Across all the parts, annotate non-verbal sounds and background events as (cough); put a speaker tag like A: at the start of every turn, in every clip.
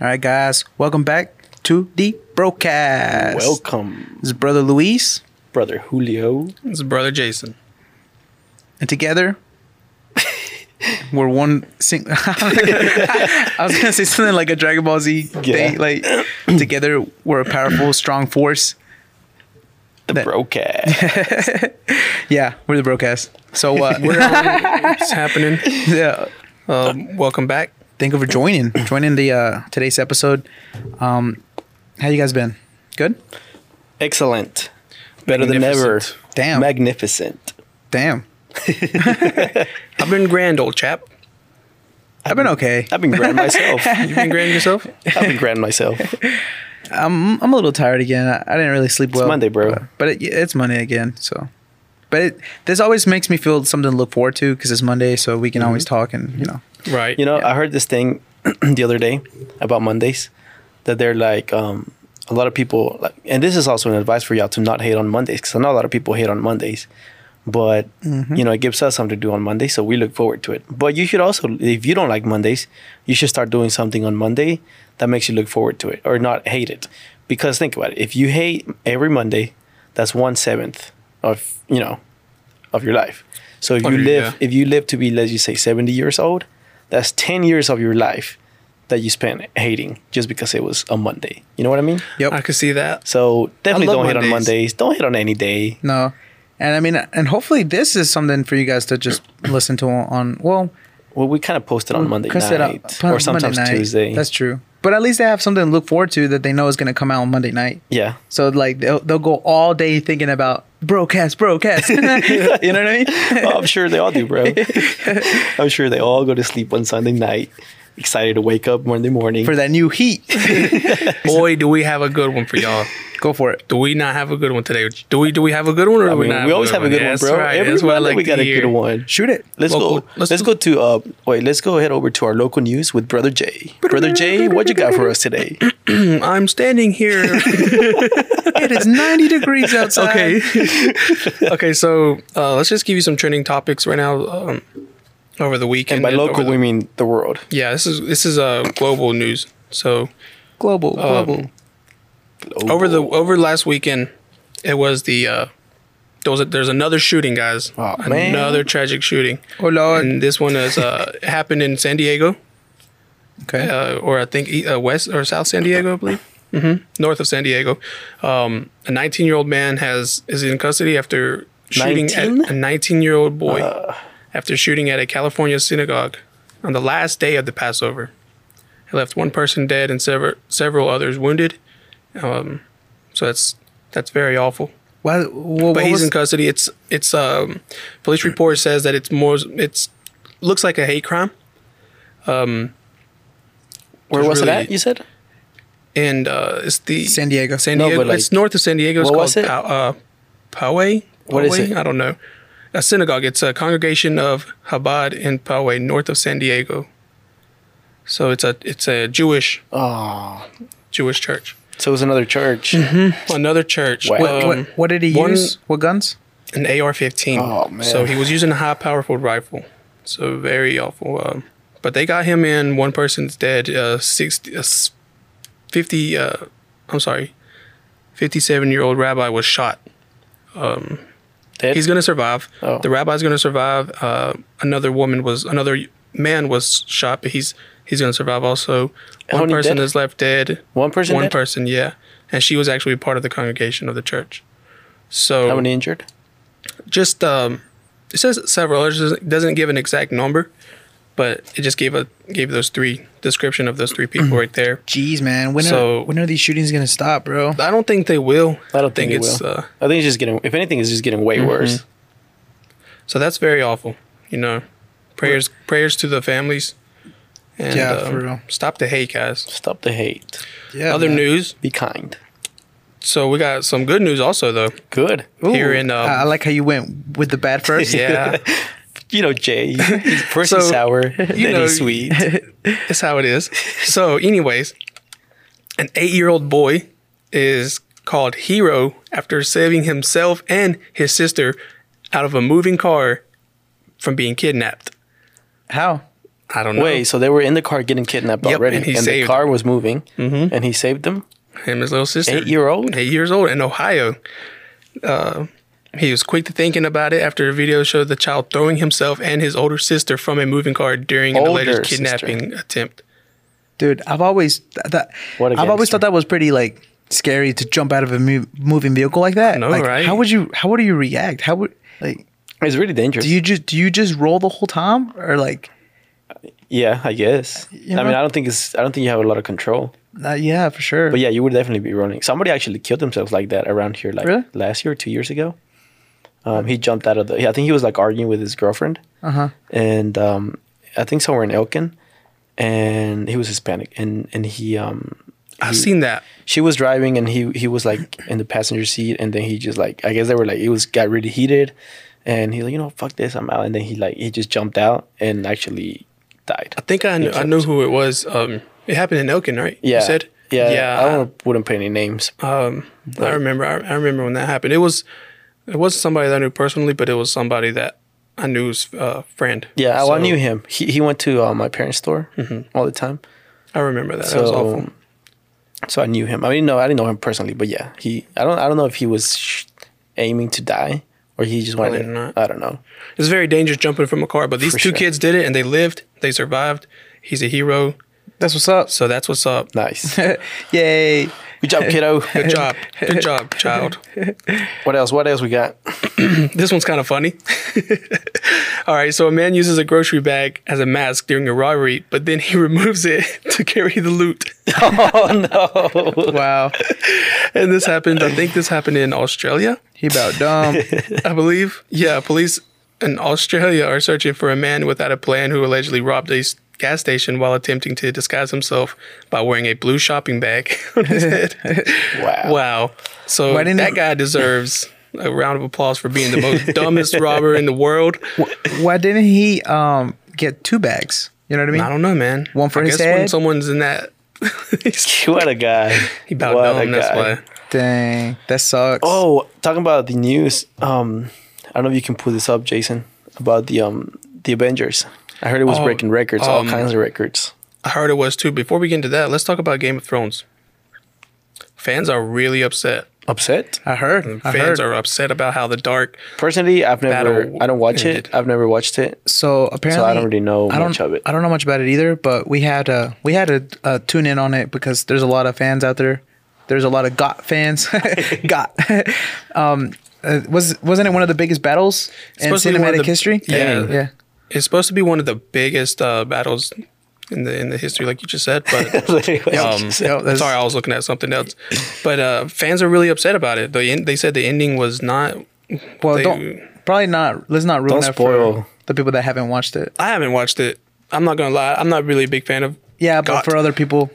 A: All right, guys, welcome back to the broadcast.
B: Welcome,
A: This is Brother Luis,
B: brother Julio.
C: It's brother Jason.
A: and together (laughs) we're one sing- (laughs) I was going to say something like a Dragon Ball Z thing.
B: Yeah.
A: Like, (clears throat) together we're a powerful, strong force.
B: The
A: That-
B: broadcast.
A: Yeah, we're the broadcast. So,
B: (laughs)
A: uh,
C: We're on- it's happening.
A: yeah,
C: (laughs) Um, welcome back.
A: thank you for joining joining the uh, today's episode. Um, how you guys been? Good.
B: Excellent. Better than ever.
C: Magnificent.
A: Damn.
B: Magnificent.
A: Damn.
C: I've been grand, old chap.
A: I've been okay.
B: I've been grand (laughs) myself.
C: You've been grand yourself?
B: I've been grand myself.
A: I'm, I'm a little tired again. I, I didn't really sleep well.
B: Monday, bro.
A: But, but it, it's Monday again, so. But it, this always makes me feel something to look forward to because it's Monday, so we can
B: Mm-hmm.
A: always talk and you know.
C: (laughs) Right.
B: You know, I heard this thing (clears throat) the other day about Mondays that they're like um, a lot of people, like, and this is also an advice for y'all to not hate on Mondays because I know a lot of people hate on Mondays, but you know it gives us something to do on Monday, so we look forward to it. But you should also, if you don't like Mondays, you should start doing something on Monday that makes you look forward to it or not hate it. Because think about it: if you hate every Monday, that's one seventh of you know of your life. So if
C: Of
B: you
C: your-
B: live,
C: yeah.
B: if you live to be, let's just say, 70 years old, that's 10 years of your life that you spent hating just because it was a Monday. You know what I mean?
A: Yep.
C: I could see that.
B: So definitely
C: love
B: don't hit on
C: Mondays.
B: Mondays. Don't hit on any day.
A: No, and I mean, and hopefully this is something for you guys to
B: (clears throat)
A: just listen to on. Well,
B: Well, we kind of posted
C: Mm,
B: on Monday
A: Chris
B: night
A: said, uh, Monday
B: or sometimes
A: night.
B: Tuesday.
A: That's true. But at least they have something to look forward to that they know is going to come out on Monday night.
B: yeah.
A: So like they'll, they'll go all day thinking about broadcast, broadcast. (laughs) you know what I
B: (laughs)
A: mean?
B: Oh, I'm sure they all do, bro.
C: (laughs)
B: I'm sure they all go to sleep on Sunday night, excited to wake up Monday morning.
A: For that new heat,
C: Boy, do we have a good one for y'all.
A: go for it.
C: Do we not have a good one today? Do we do we have a good one or do
B: I
C: we
B: mean,
C: not?
B: we always have a good one,
C: That's
B: bro.
C: right.
B: Every
C: That's what I
B: Monday
C: like
B: we
C: to
B: got a
C: hear.
B: good one.
A: Shoot it.
B: Let's
C: Local-
B: go. Let's,
C: let's
B: go to uh wait, let's go head over to our local news with Brother Jay. Brother Jay, what you got for us
C: (laughs)
B: today?
C: I'm standing (laughs) here.
A: It is 90 degrees outside.
C: (laughs) okay. (laughs) okay, so uh, let's just give you some trending topics right now um, over the
B: And
C: weekend.
B: by
C: over
B: local
C: the-
B: we mean the world.
C: yeah, this is this is uh, global news. So
A: Global, global.
C: over the over last weekend, it was the uh, there was a, there's another shooting, guys.
B: Aw, man.
C: another tragic shooting.
A: oh Lord.
C: And this one is uh, happened in San Diego,
A: Okay.
C: uh, or I think e- uh, west or south San Diego, I believe,
A: Mm-hmm.
C: hmm north of San Diego. Um, a 19 year old man has is in custody after shooting at a 19 year old boy
A: Uh.
C: after shooting at a California synagogue on the last day of the Passover. It left one person dead and sever- several others wounded. Um, so that's that's very awful.
A: Why, wha-
C: But
A: what
C: he's
A: was-
C: in custody. It's it's um, police report says that it's more it's looks like a hate crime
B: Where
C: Just
B: was it
C: really-
B: at? You said
C: and uh, it's the
A: San Diego.
C: San
B: No,
C: Diego.
B: but, like,
C: it's north of San Diego. It's
B: what
C: called
B: was it?
C: Pa- uh, Poway.
B: What is
C: Poway?
B: it?
C: I don't know. A synagogue. It's a congregation of Chabad in Poway, north of San Diego. So it's a it's a Jewish Ah.
B: Oh,
C: Jewish church.
B: so it was another church.
C: Mm-hmm. Another church.
B: Wow.
A: What,
C: um,
A: what, what did he
C: one-
A: use? What guns?
C: An AR-15.
B: Oh, man.
C: So he was using a high powerful rifle. So very awful. Um, but they got him in. One person's dead. Uh, 60, uh, s- 50. Uh, I'm sorry, 57 year old rabbi was shot.
B: Dead?
C: He's gonna survive.
B: Oh.
C: The rabbi's gonna survive. Uh, another woman was another man was shot, but he's he's gonna survive also. One
B: many
C: person
B: dead?
C: is left dead.
B: One person
C: One
B: dead?
C: person, yeah, and she was actually part of the congregation of the church. So
B: How many injured?
C: just um, it says several others doesn't- doesn't give an exact number, but it just gave a gave those three description of those three
A: Mm-hmm.
C: people right there.
A: Jeez, man. When,
C: So-
A: are, when are these shootings going to stop, bro?
C: I don't think they will.
B: I don't think, it
C: it's
B: will.
C: Uh, Mm-hmm.
B: I think it's just getting. If anything, it's just getting way worse.
C: so that's very awful. You know, prayers prayers to the families. And,
A: Yeah,
C: um,
A: for real.
C: Stop the hate, guys.
B: Stop the hate.
A: Yeah.
C: Other
A: man.
C: news.
B: Be kind.
C: So we got some good news also though.
B: Good.
C: Here in um,
A: I I like how you went with the
C: (laughs)
A: bad first. (laughs)
C: yeah,
B: you know
C: (laughs)
B: Jay. He's first he's
C: So, (laughs)
B: sour, then
C: know-
B: he's
C: (laughs)
B: sweet.
C: that's how it is. So, anyways, an eight-year-old boy is called Hero after saving himself and his sister out of a moving car from being kidnapped.
A: How?
C: I don't know.
B: Wait, so they were in the car getting kidnapped
C: Yep,
B: already,
C: and he
B: and, the
C: saved Mm-hmm.
B: car was moving, and he saved them.
C: Him and his little sister.
B: Eight-year-old?
C: Eight years old in Ohio. Uh, he was quick to thinking about it after a video showed the child throwing himself and his older sister from a moving car during an
B: Older
C: alleged
B: sister.
C: kidnapping attempt.
A: Dude, I've always th- that
B: What a
A: I've always
B: gangster.
A: thought that was pretty like scary to jump out of a mo- moving vehicle like that.
C: know,
A: like,
C: right?
A: How would you? How would you react? How would like?
B: It's really dangerous.
A: Do you just do you just roll the whole time or like?
B: yeah, I guess.
A: Uh, You
B: I mean,
A: know?
B: I don't think it's. I don't think you have a lot of control.
A: Uh, yeah, for sure.
B: But yeah, you would definitely be running. Somebody actually killed themselves like that around here, like
A: Really?
B: last year, or two years ago. Um, he jumped out of the. I think he was like arguing with his girlfriend,
A: Uh huh.
B: and um, I think somewhere in Elkin, and he was Hispanic, and and he um,
C: I've seen that.
B: she was driving and he he was like in the passenger seat and then he just like I guess they were like it was got really heated and he like you know fuck this I'm out and then he like he just jumped out and actually died.
C: I think I knew, I knew who it was. Um, it happened in Elkin, right?
B: Yeah.
C: You said?
B: yeah.
C: Yeah.
B: I don't, wouldn't put any names.
C: Um, I remember. I, I remember when that happened. It was, it wasn't somebody that I knew personally, but it was somebody that I knew's uh, friend.
B: yeah, well, I
C: So, Mm-hmm.
B: knew him. He he went to uh, my parents' store all the time.
C: I remember that. that was awful.
B: So so I knew him. I mean no, I didn't know him personally, but yeah, he I don't I don't know if he was sh- aiming to die or he just wanted
C: Probably
B: to,
C: not.
B: I don't know.
C: It's very dangerous jumping from a car, but these
B: For
C: two
B: sure.
C: kids did it and they lived. They survived. He's a hero.
A: That's what's up.
C: So that's what's up. (laughs)
B: Nice.
A: Yay.
B: Good job, kiddo.
C: Good job. Good job, child.
B: (laughs) What else? What else we
C: (laughs)
B: got? (laughs)
C: This one's kind of funny. (laughs) All right, so a man uses a grocery bag as a mask during a robbery, but then he (laughs) removes it to carry the loot.
B: oh no. (laughs)
A: Wow.
C: And this happened, I think this happened in Australia.
A: He about dumb.
B: (laughs)
C: I believe. Yeah, police in Australia are searching for a man without a plan who allegedly robbed a s- gas station while attempting to disguise himself by wearing a blue shopping bag (laughs) on his head.
B: (laughs) Wow.
C: wow. So
A: Why didn't
C: that
A: it-
C: guy deserves a round of applause for being
A: (laughs)
C: the most dumbest robber in the world.
A: Why didn't he um get two bags? You know what I mean?
C: I don't know, man.
A: One for
C: I
A: his
C: guess when
A: head?
C: someone's in that, (laughs)
B: What a guy.
C: he about
B: What a
C: dumb. That's
B: guy.
C: why.
A: Dang, that sucks.
B: Oh, talking about the news. Um, I don't know if you can pull this up, Jason, about the um the Avengers. I heard it was
C: Oh,
B: breaking records, all
C: um,
B: kinds of records.
C: I heard it was too. Before we get into that, let's talk about Game of Thrones. Fans are really upset.
B: Upset?
A: I heard. I heard.
C: Fans are upset about how the dark
B: Personally, I've never.
C: Battle
B: I don't watch
C: ended.
B: it. I've never watched it.
A: so apparently,
B: So I don't really know
A: I don't-
B: much of it.
A: I don't know much about it either. But we had uh we had to uh, tune in on it because there's a lot of fans out there. There's a lot of got fans. (laughs) got. um, uh, was wasn't it one of the biggest battles in
C: supposed to be one of
A: cinematic
C: the-
A: history?
C: Yeah.
A: yeah.
C: It's supposed to be one of the biggest uh, battles in the in the history, like you just said.
A: (laughs)
C: But um,
A: Yeah, that's- (laughs)
C: sorry, I was looking at something else. But uh, fans are really upset about it. They they said the ending was not.
A: Well,
C: they-
A: don't probably not. Let's not ruin
B: Don't
A: that
B: spoil.
A: for the people that haven't watched it.
C: I haven't watched it. I'm not gonna lie. I'm not really a big fan of.
A: Yeah,
C: Got.
A: but for other people,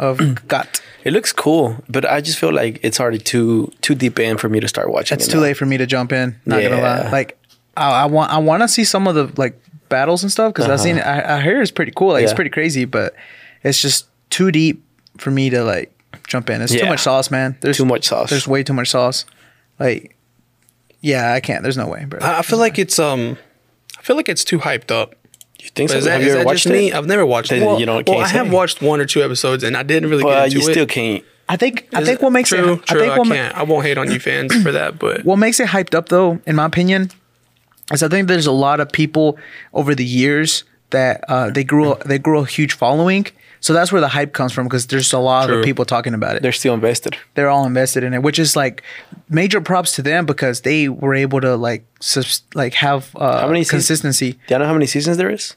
A: of got.
B: it looks cool, but I just feel like it's already too too deep in for me to start watching.
A: It's
B: it
A: too
B: now.
A: late for me to jump in. Not gonna
B: Yeah.
A: lie. Like, I, I want I want to see some of the like battles and stuff because I've seen. it. I, I hear it's pretty cool. Like it's
B: Yeah.
A: pretty crazy, but it's just too deep for me to like jump in. It's too
B: Yeah.
A: much sauce, man. There's
B: Too much sauce.
A: There's way too much sauce. Like, yeah, I can't. There's no way, bro.
C: I I feel like it's um. I feel like it's too hyped up.
B: you think so?
C: Is that,
B: Have
C: is
B: you ever
C: that
B: watched
C: just me?
B: it?
C: I've never watched it.
B: Then you don't-
C: well, I
B: can't
C: have
B: say.
C: watched one or two episodes, and I didn't really
B: But
C: get into
B: you
C: it.
B: still can't.
A: I think I
C: Is
A: think
C: it-
A: what makes
C: true,
A: it. I
C: True,
A: think what ma-
C: can't. I won't hate on you fans for
A: (clears throat)
C: that, but
A: what makes it hyped up though in my opinion is i think there's a lot of people over the years that uh, they grew they grew a huge following so that's where the hype comes from because there's a lot
C: True.
A: of people talking about it
B: They're still invested.
A: they're all invested in it, which is like major props to them because they were able to like subs- like have uh,
B: How many seas-
A: consistency.
B: Do you know how many seasons there is?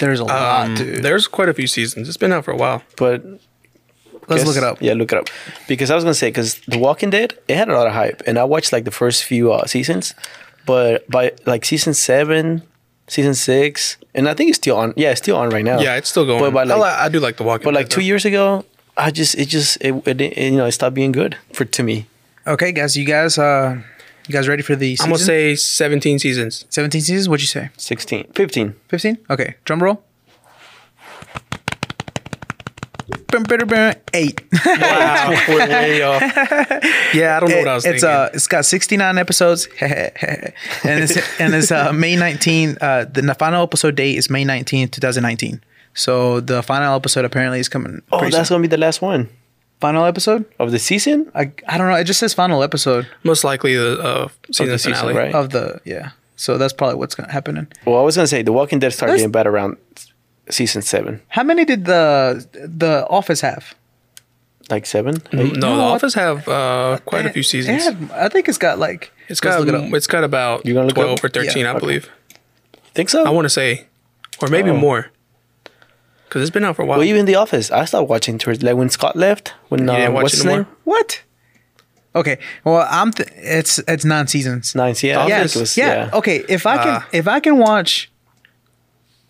A: There's a
C: um,
A: lot, dude.
C: there's quite a few seasons. It's been out for a while.
B: But
A: Let's
B: guess-
A: look it up.
B: Yeah, look it up. Because I was gonna say, because The Walking Dead, it had a lot of hype, and I watched like the first few uh, seasons, but by like season seven, season six, and I think it's still on. Yeah, it's still on right now.
C: Yeah, it's still going.
B: But by,
C: I
B: like-
C: li- I, do like the Walking
B: But like
C: Dead,
B: two
C: though.
B: years ago, I just it just it, it, didn't- it, you know it stopped being good for to me.
A: Okay, guys, you guys, uh, you guys ready for the? Season?
C: I'm gonna say 17 seasons.
A: 17 seasons. What'd you say?
B: 16, 15.
A: 15. Okay, drum roll. eight.
C: Wow, we're way off. (laughs) Yeah, I don't know what I was
A: it's
C: thinking.
A: uh, it's got 69 episodes, (laughs) and it's and it's uh, May 19. Uh, the, the final episode date is May 19, 2019. So the final episode apparently is coming.
B: Oh,
A: pretty
B: that's
A: soon.
B: gonna be the last one
A: final episode.
B: of the season.
A: I, I don't know. It just says final episode
C: Most likely the uh, season
B: the season,
C: finale.
B: right?
A: of the yeah. So that's probably what's gonna happening.
B: Well, I was gonna say The Walking Dead started
A: There's-
B: getting bad around season seven,
A: How many did the the Office have?
B: like seven.
C: Mm, No, the
A: No, I-
C: Office have uh, quite a few
A: They
C: seasons.
A: had, I think it's got like
C: It's
A: let's
C: got
A: look it up.
C: it's got about
B: You gonna look it
C: twelve
B: up?
C: or thirteen,
A: Yeah.
C: I believe.
B: Think so?
C: I want to say, or maybe
B: Oh.
C: more, because it's been out for a while.
B: well, even The Office, I stopped watching towards like when Scott left. When
C: didn't
B: uh,
C: watch
B: what's
C: it
B: his
C: no more?
B: name?
A: What? Okay. Well, I'm. Th- it's it's nine seasons.
B: Nine. Yeah, I
A: yeah,
B: think it was-
A: yeah. Okay. If I can,
C: Ah.
A: if I can watch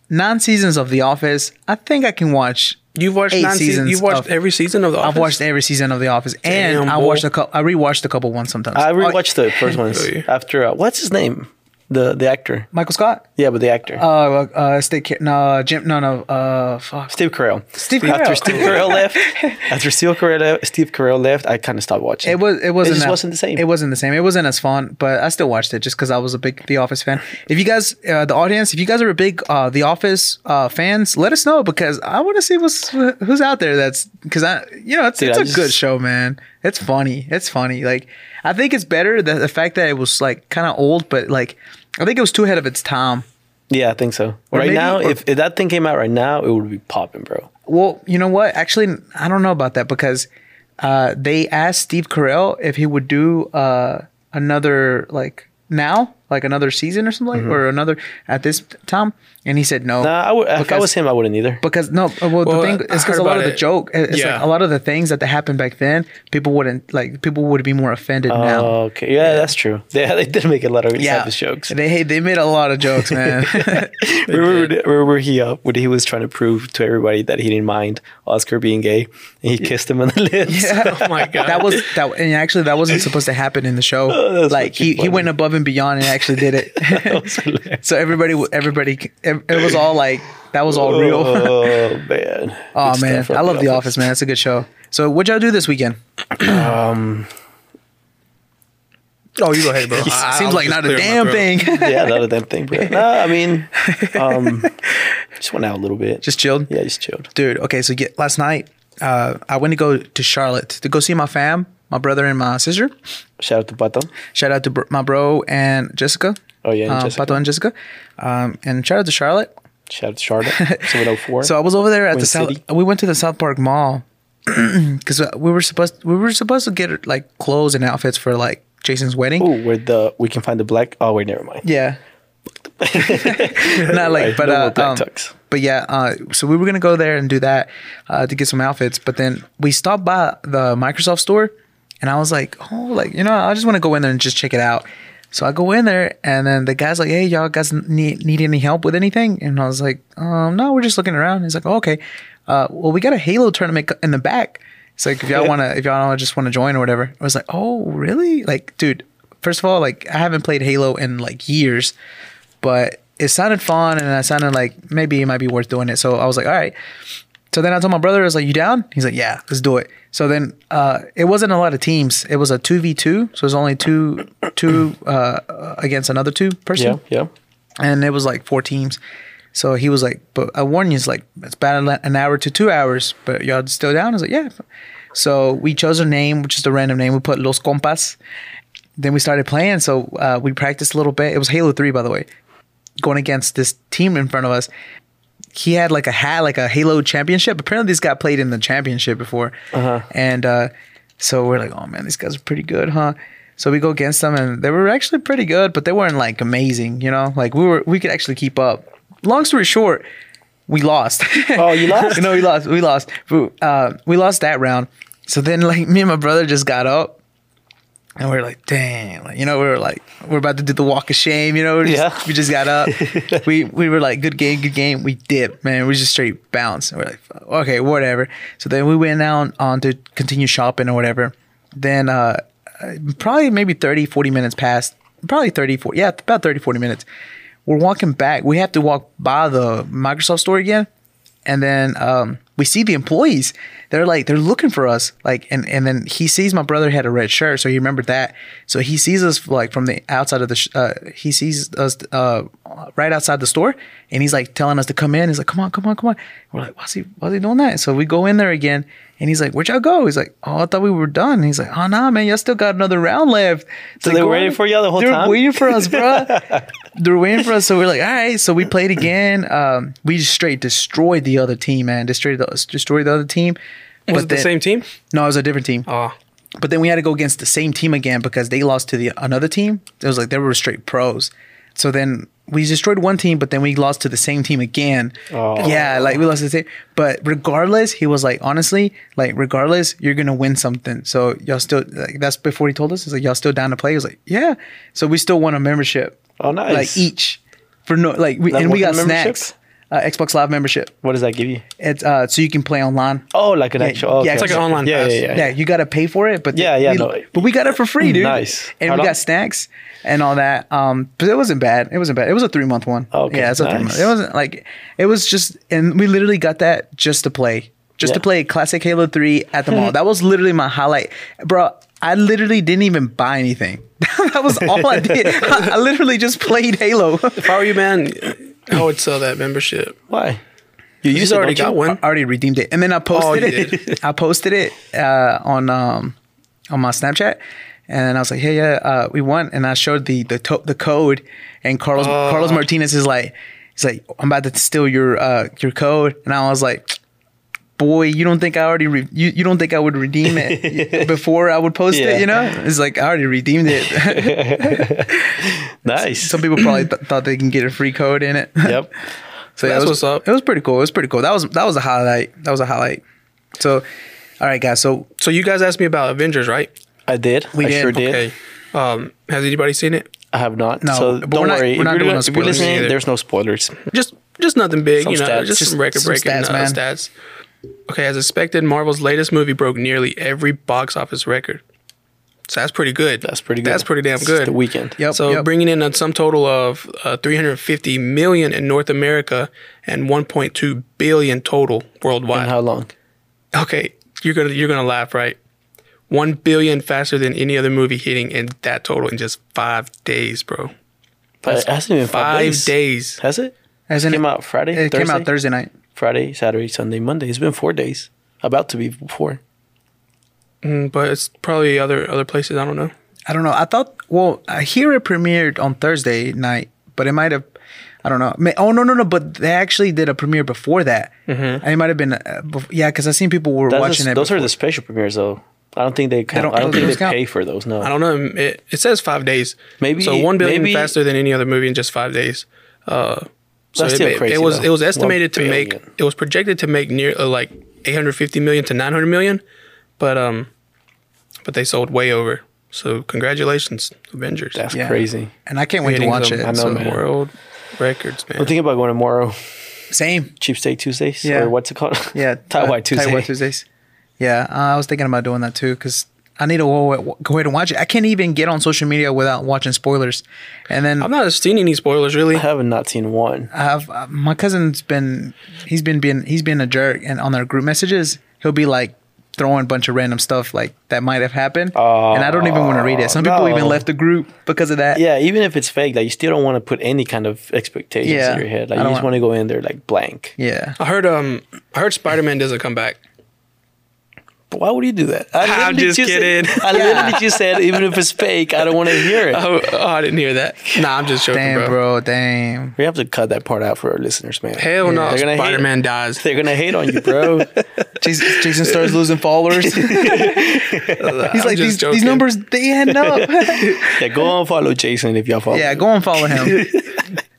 A: nine seasons of The Office, I think I can watch.
C: you've watched
A: eight
C: nine seasons.
A: seasons
C: You've watched
A: of-
C: every season of the Office.
A: I've watched every season of The Office,
C: Damn,
A: and I
C: boy.
A: watched a couple. I rewatched a couple ones sometimes.
B: I
A: Oh,
B: rewatched the (laughs) first ones
C: Really?
B: after uh, what's his name? The the actor.
A: Michael Scott.
B: Yeah, but the actor.
A: Uh, uh, Steve. Car- no, Jim. No, no. Uh, fuck.
B: Steve Carell.
A: Steve
B: After
A: Carell.
B: Steve
A: (laughs)
B: Carell left, after Steve Carell, left- Steve Carell left, I kind of stopped watching.
A: It was. It wasn't.
B: just
A: that-
B: wasn't the same.
A: It wasn't the same. It wasn't as fun, but I still watched it just because I was a big The Office fan. If you guys, uh, the audience, if you guys are a big uh, The Office uh, fans, let us know because I want to see what's who's out there. That's because I, you know, it's,
B: Dude,
A: it's
B: I
A: a
B: just-
A: good show, man. It's funny. It's funny. Like I think it's better that the fact that it was like kind of old, but like I think it was too ahead of its time.
B: yeah, I think so.
A: Or
B: Right
A: maybe-
B: now,
A: or-
B: if, if that thing came out right now, it would be popping, bro.
A: Well, you know what? Actually, I don't know about that because uh, they asked Steve Carell if he would do uh, another like now, like another season or something, like or another at this time, and he said no.
B: Mm-hmm. Nah, I would. If I
A: Because-
B: was him, I wouldn't either.
A: because no, uh, well,
C: Well,
A: the thing
C: I
A: is because
C: heard
A: a lot
C: about
A: of the
C: it.
A: joke, it's
C: Yeah.
A: like a lot of the things that happened back then, people wouldn't like. People would be more offended now.
B: Oh, okay, yeah, that's true. (laughs) Yeah, they did make a lot of yeah.
A: yeah,
B: jokes.
A: They hey, they made a lot of jokes, man.
B: (laughs) Remember, remember he uh, when he was trying to prove to everybody that he didn't mind Oscar being gay, and he kissed him on the (laughs) lips.
C: (laughs)
A: (laughs)
C: Oh my god,
A: that was that, and actually that wasn't supposed to happen in the
B: (laughs)
A: show.
B: Oh, that's
A: like he,
B: fucking
A: he went above and beyond and actually did it.
B: (laughs)
A: (laughs)
B: That was hilarious.
A: So everybody, w- everybody, c- ev- it was all like that was all real. oh (laughs)
B: Oh man. Good
A: man,
B: stuff
A: I
B: from
A: love The Office, man. It's a good show. So what y'all do this weekend?
B: Um,
C: Oh, you go ahead,
A: (laughs)
C: bro.
A: It
C: I- I
A: seems
C: was
A: like
C: just
A: not a
C: clearing my
A: damn
C: throat.
A: thing. (laughs)
B: yeah, not a damn thing, bro. No, I mean, um, just went out a little bit.
A: Just chilled,
B: yeah, just chilled.
A: dude. Okay, so get, last night, uh, I went to go to Charlotte to go see my fam, my brother and my sister.
B: Shout out to Pato.
A: Shout out to br- my bro and Jessica.
B: Oh, yeah, and
A: uh,
B: Jessica.
A: Pato and Jessica, um, and shout out to Charlotte.
B: Shout out to Charlotte.
A: (laughs)
B: 704.
A: So I was over there at
B: Queen
A: the South.
B: City.
A: We went to the South Park Mall (clears throat) because we were supposed we were supposed to get like clothes and outfits for like Jason's wedding.
B: Ooh, where the we can find the black. Oh wait, never mind.
A: Yeah. (laughs) Not like,
B: Right,
A: but
B: no
A: uh,
B: more black
A: um,
B: tux.
A: but yeah. Uh, so we were gonna go there and do that uh, to get some outfits, but then we stopped by the Microsoft store, and I was like, oh, like you know, I just want to go in there and just check it out. So I go in there, and then the guy's like, hey, y'all guys need need any help with anything? And I was like, um, no, we're just looking around. He's like, oh, okay. Uh, well, we got a Halo tournament in the back. It's like if y'all wanna, if y'all just wanna join or whatever. I was like, oh, really? Like, dude. First of all, like I haven't played Halo in like years but it sounded fun and I sounded like maybe it might be worth doing it. So I was like, all right. So then I told my brother, I was like, you down? He's like, yeah, let's do it. So then uh, it wasn't a lot of teams. It was a 2v2. So it was only two, two uh, against another two person
B: Yeah, yeah.
A: and it was like four teams. So he was like, "But I warn you, it's like it's about an- an hour to two hours, but y'all still down?" I was like, "Yeah." So we chose a name, which is a random name. We put Los Compas. Then we started playing. So uh, we practiced a little bit. It was Halo Three, by the way, going against this team in front of us. He had like a hat, like a Halo championship. Apparently, this guy played in the championship before,
B: Uh-huh.
A: and uh, so we're like, "Oh man, these guys are pretty good, huh?" So we go against them, and they were actually pretty good, but they weren't like amazing, you know. Like we were, we could actually keep up. Long story short, we lost. (laughs)
B: Oh, you lost?
A: no, we lost. We lost. We, uh, we lost that round. So then, like (laughs) me and my brother just got up, and we are like, "Damn!" Like, you know, we were like, "We're about to do the walk of shame." You know, we just,
B: Yeah.
A: we just got up. we we were like, "Good game, good game." We dipped, man. We just straight bounced. And we're like, "Fuck, "Okay, whatever." So then we went out on to continue shopping or whatever. Then uh, probably maybe 30, 40 minutes passed. Probably 30, 40, yeah, about 30, 40 minutes. We're walking back. We have to walk by the Microsoft store again. And then um, we see the employees. They're like, they're looking for us. Like, and, and then he sees my brother had a red shirt. So he remembered that. So he sees us like from the outside of the, sh- uh, he sees us uh, right outside the store and he's like telling us to come in. He's like, come on, come on, come on. We're like, why's he, why's he doing that? so we go in there again and he's like, where'd y'all go? He's like, oh, I thought we were done. And he's like, oh, nah, man, y'all still got another round left.
B: So they were waiting for y'all the whole
A: they're
B: time?
A: waiting for us,
B: (laughs)
A: bro. they're waiting for us. So we're like, all right. So we played again. Um, we just straight destroyed the other team, man. Destroyed the, destroyed the other team.
C: Was it the same team?
A: No, it was a different team.
C: Oh,
A: But then we had to go against the same team again because they lost to the another team. It was like they were straight pros. So then we destroyed one team, but then we lost to the same team again.
B: Oh.
A: Yeah, like we lost to the same. But regardless, he was like, honestly, like regardless, you're gonna win something. So y'all still like that's before he told us. He's like, y'all still down to play? He was like, yeah. So we still won a membership.
B: Oh,
A: Like
B: nice.
A: each for no like we
B: Like,
A: and we
B: what
A: got
B: kind of membership?
A: snacks. Uh, Xbox Live membership.
B: What does that give you?
A: It's uh so you can play online.
B: Oh, like an actual. Oh,
A: yeah,
B: okay.
A: it's like an
C: online
B: Yeah,
C: pass.
B: yeah, yeah,
A: Yeah, you got to pay for it, but
B: Yeah, yeah,
A: we,
B: no.
A: but we got it for free, dude.
B: Nice.
A: and
B: How
A: we
B: long-
A: got snacks and all that. Um, but it wasn't bad. It wasn't bad. It was a three month one.
B: Oh, Okay,
A: yeah, it's a three
B: nice.
A: month. It wasn't like it was just, and we literally got that just to play, just to
B: Yeah.
A: play classic Halo Three at the
B: (laughs)
A: mall. That was literally my highlight, bro. I literally didn't even buy anything. (laughs) that was all I did. (laughs) I, I literally just played Halo. (laughs)
C: if I were you, man, I would sell that membership.
B: Why? You
C: He's
B: used
C: already
B: it, don't
C: got
B: you?
C: one. Oh,
A: I already redeemed it, and then I posted
C: you
A: it. (laughs) I posted it uh, on um, on my Snapchat, and then I was like, "Hey, yeah, uh, we won." And I showed the the to- the code, and Carlos
C: Oh.
A: Carlos Martinez is like, "He's like, I'm about to steal your uh, your code," and I was like. Boy, you don't think I already re- you, you don't think I would redeem
C: (laughs)
A: it before I would post
B: Yeah.
A: it, you know? It's like I already redeemed it.
B: Nice.
A: Some people probably
C: (clears throat)
A: th- thought they can get a free code in it.
B: yep.
A: (laughs) So yeah,
C: That's
A: it was,
C: what's up.
A: It was pretty cool. It was pretty cool. That was that was a highlight. That was a highlight. So, all right, guys. So
C: So you guys asked me about Avengers, right?
B: I did.
A: We
B: I
A: did.
B: sure did.
C: Okay. Um, has anybody seen it?
B: I have not.
A: No,
B: so
A: but
B: don't
A: we're not-
B: worry.
A: we're not
B: if you're,
A: doing no
B: if you're
A: spoilers
B: listening,
C: either.
B: there's no spoilers.
C: Just just nothing big,
B: Some
C: you know,
B: stats.
C: just,
A: Just
C: some record breaking
A: some stats,
C: stats,
A: man.
C: stats. Okay, as expected, Marvel's latest movie broke nearly every box office record. So that's pretty good.
B: That's pretty good.
C: That's pretty damn
B: It's
C: good.
B: The weekend.
A: Yep.
C: So bringing in a sum total of uh, 350 million in North America and 1.2 billion total
B: And
C: worldwide.
B: how long?
C: okay, you're gonna you're gonna laugh, right? One billion faster than any other movie hitting in that total in just five days, bro.
B: It hasn't been
C: Five
B: five days.
C: days.
B: Has it?
A: as in
B: Came out Friday.
A: It came out Thursday night.
B: Friday, Saturday, Sunday, Monday. It's been four days. About to be four.
C: Mm, But it's probably other other places. I don't know.
A: I don't know. I thought. Well, I hear it premiered on Thursday night, but it might have. I don't know. May- Oh no no no! But they actually did a premiere before that. Mm-hmm. It might have been. Uh, bef- yeah, because I seen people were
B: That's
A: watching
B: just-
A: it.
B: those
A: before.
B: are the special premieres, though. I don't think they. Count.
A: don't-
B: I don't
A: those
B: think they
A: count.
B: pay for those. No.
C: I don't know. um, It, it says five days.
B: Maybe-
C: so. One billion
B: maybe-
C: faster than any other movie in just five days. Uh, so
B: That's
C: it,
B: still
C: it-
B: crazy,
C: It was
B: though.
C: it was
B: One
C: estimated to make
B: billion.
C: it was projected to make near uh, like 850 million to 900 million, but um, but they sold way over. So congratulations, Avengers!
B: That's
A: Yeah.
B: crazy.
A: and I can't wait to
C: Hitting
A: watch
C: some-
A: it.
B: I know,
A: so-
B: man.
C: World records, man.
B: I'm thinking about going tomorrow. (laughs)
A: Same.
B: Cheap Steak Tuesdays.
A: Yeah.
B: Or what's it called?
A: (laughs) Yeah.
B: (laughs) Tie
A: uh,
B: White Tuesday.
A: Taiwan Tuesdays. Yeah, uh, I was thinking about doing that too because I need to wa- wa- go ahead and watch it. I can't even get on social media without watching spoilers. And then
C: I've not seen any spoilers really.
B: I have not seen one.
A: I've uh, my cousin's been he's been being he's been a jerk, and on their group messages he'll be like throwing a bunch of random stuff like that might have happened, and I don't even want to read it. Some people
B: no.
C: Oh,
A: even left the group because of that.
B: Yeah, even if it's fake, like you still don't want to put any kind of expectations
A: Yeah.
B: in your head.
A: I
B: Like you
A: don't
B: just
A: want-
B: want to go in there like blank.
A: yeah.
C: I heard um I heard Spider Man doesn't come
B: (laughs)
C: back.
B: But why would you
A: (laughs)
B: do that? I
C: I'm
B: literally
C: just
B: said-
C: kidding.
B: (laughs) I literally just said, even if it's fake, I don't want to
A: (laughs)
B: hear it.
C: Oh, oh, I didn't hear that. Nah, I'm just joking,
A: Damn,
C: bro.
A: bro. Damn.
B: We have to cut that part out for our listeners, man.
C: Hell no,
B: They're gonna hate
C: Spider Man dies.
B: They're gonna hate on you, bro.
A: Jason, Jason starts
C: (laughs)
A: losing followers. He's
C: I'm
A: like
C: just
A: these,
C: joking.
A: these numbers they end
C: (laughs)
A: up.
B: yeah, go and follow Jason if y'all follow.
A: yeah, go and follow him.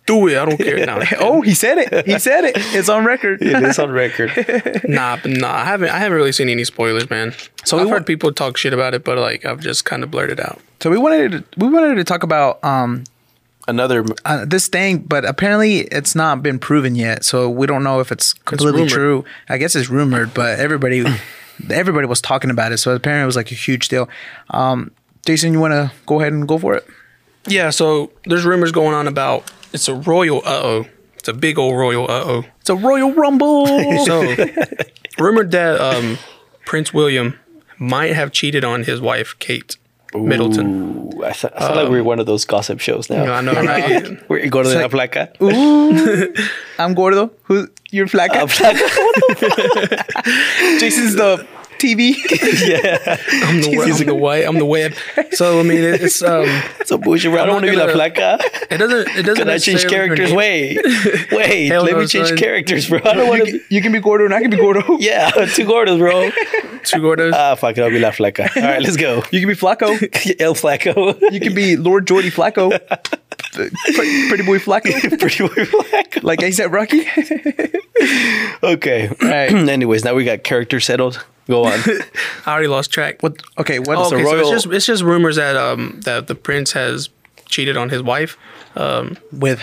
C: Do it. I don't (laughs) care. Nah,
A: Oh, he said it. He said it. It's on record.
B: It is on record.
C: oh, nah, but nah. I haven't. I haven't really seen any spoilers, man. So
A: we
C: I've
A: wa-
C: heard people talk shit about it, but like I've just kind of blurted out.
A: So we wanted to, we wanted to talk about um
B: Another
A: uh, this thing, but apparently it's not been proven yet. So we don't know if it's completely
C: rumored.
A: true. I guess it's rumored, but everybody (clears throat) everybody was talking about it. So apparently it was like a huge deal. Um, Jason, you want to go ahead and go for it?
C: Yeah. So there's rumors going on about it's a royal uh oh. It's a big old royal uh oh.
A: (laughs)
C: (laughs)
A: It's a Royal Rumble.
C: So rumored that um, Prince William might have cheated on his wife Kate Middleton.
B: Ooh, I, sound, I sound like we're one of those gossip shows now.
C: You know, I
B: (laughs)
C: know, (laughs) right?
B: Where you go to the placa. (laughs)
A: I'm Gordo. Who you're Flaca? Jason's the TV.
C: I'm the, I'm the white. I'm the web. So I mean, it- it's um,
B: So bullshit. bro. I don't
C: I'm
B: want to be
C: not
B: la
C: gonna-
B: placa.
C: it doesn't. It doesn't.
B: Can I change
C: necessarily-
B: characters? Wait, wait.
C: Hell
B: let
C: no,
B: me change
C: son.
B: characters, bro. I don't want to. be
A: (laughs) You can be Gordo and I can be Gordo.
B: Yeah, (laughs) two gordos, bro.
C: Two gordos.
B: Ah, fuck it. I'll be La Flaca. All right, let's go.
A: You can be Flacco.
B: (laughs) El Flaco.
A: You can be Lord Jordy (laughs) Flacco. Pre- Pretty boy Flacco.
B: (laughs) Pretty boy Flaco.
A: Like I said, Rocky.
B: Okay.
A: right.
B: (clears throat) Anyways, now we got character settled. Go
C: (laughs)
B: on.
C: I already lost track.
A: What? Okay. What?
C: Oh, okay, so
B: royal-
C: it's just it's just rumors that um that the prince has cheated on his wife,
A: with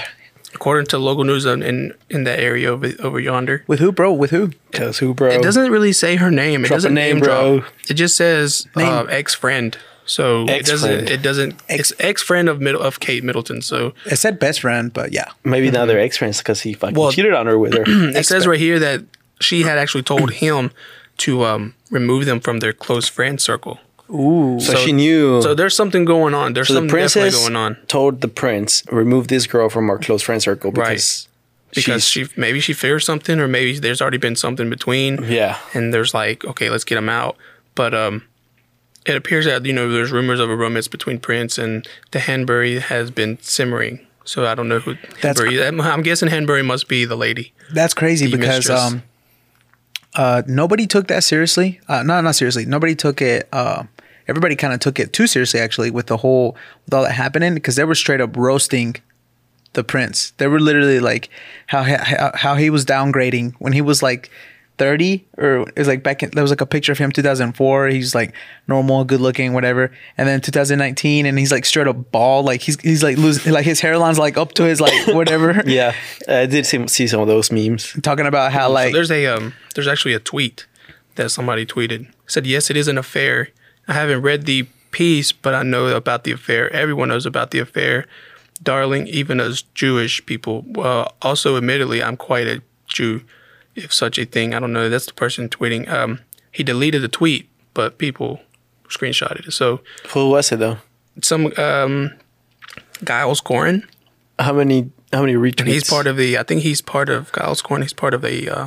C: according to local news in in, in that area over over yonder.
A: with who, bro? With who?
B: Cause who, bro?
C: It doesn't really say her name. It
B: Drop a
C: doesn't
B: name,
C: name,
B: bro.
C: drop. It just says uh, ex friend. So it
B: Ex-friend.
C: doesn't. It doesn't. Ex ex friend of middle of Kate Middleton. So
A: I said best friend, but yeah.
B: Maybe
C: (laughs)
B: now they're ex friends because he fucking
C: Well,
B: cheated on her with her.
C: (clears throat) it says right here that she had actually told him to um, remove them from their close friend circle.
B: so, she knew.
C: So there's something going on. There's
B: So the
C: something definitely
B: princess
C: going on
B: told the prince, remove this girl from our close friend circle because,
C: because she maybe she fears something, or maybe there's already been something between.
B: Yeah.
C: and there's like, okay, let's get him out. But um, it appears that you know there's rumors of a romance between Prince and the Hanbury has been simmering. So I don't know who
A: That's-
C: Hanbury. I'm, I'm guessing Hanbury must be the lady.
A: That's crazy because
C: mistress.
A: um, uh, nobody took that seriously. Uh, no, not seriously. Nobody took it. Uh, everybody kind of took it too seriously, actually, with the whole with all that happening because they were straight up roasting the prince. They were literally like how he- how, how he was downgrading when he was like. 30 or it was like back in there was like a picture of him 2004 he's like normal good looking whatever and then 2019 and he's like straight up bald like he's he's like losing like his hairline's like up to his like
C: (laughs)
A: whatever
B: yeah, I did see, see some of those memes.
A: talking about how
C: So
A: like
C: there's a um, there's actually a tweet that somebody tweeted said yes it is an affair. I haven't read the piece, but I know about the affair. Everyone knows about the affair, darling. Even us Jewish people. Uh, also, admittedly, I'm quite a Jew, if such a thing. I don't know. That's the person tweeting. Um, he deleted the tweet, but people screenshotted it. So
B: Who was it though?
C: some um, Giles Corn.
B: How many? How many retweets?
C: He's part of the. I think he's part of Giles Corn. He's part of a uh,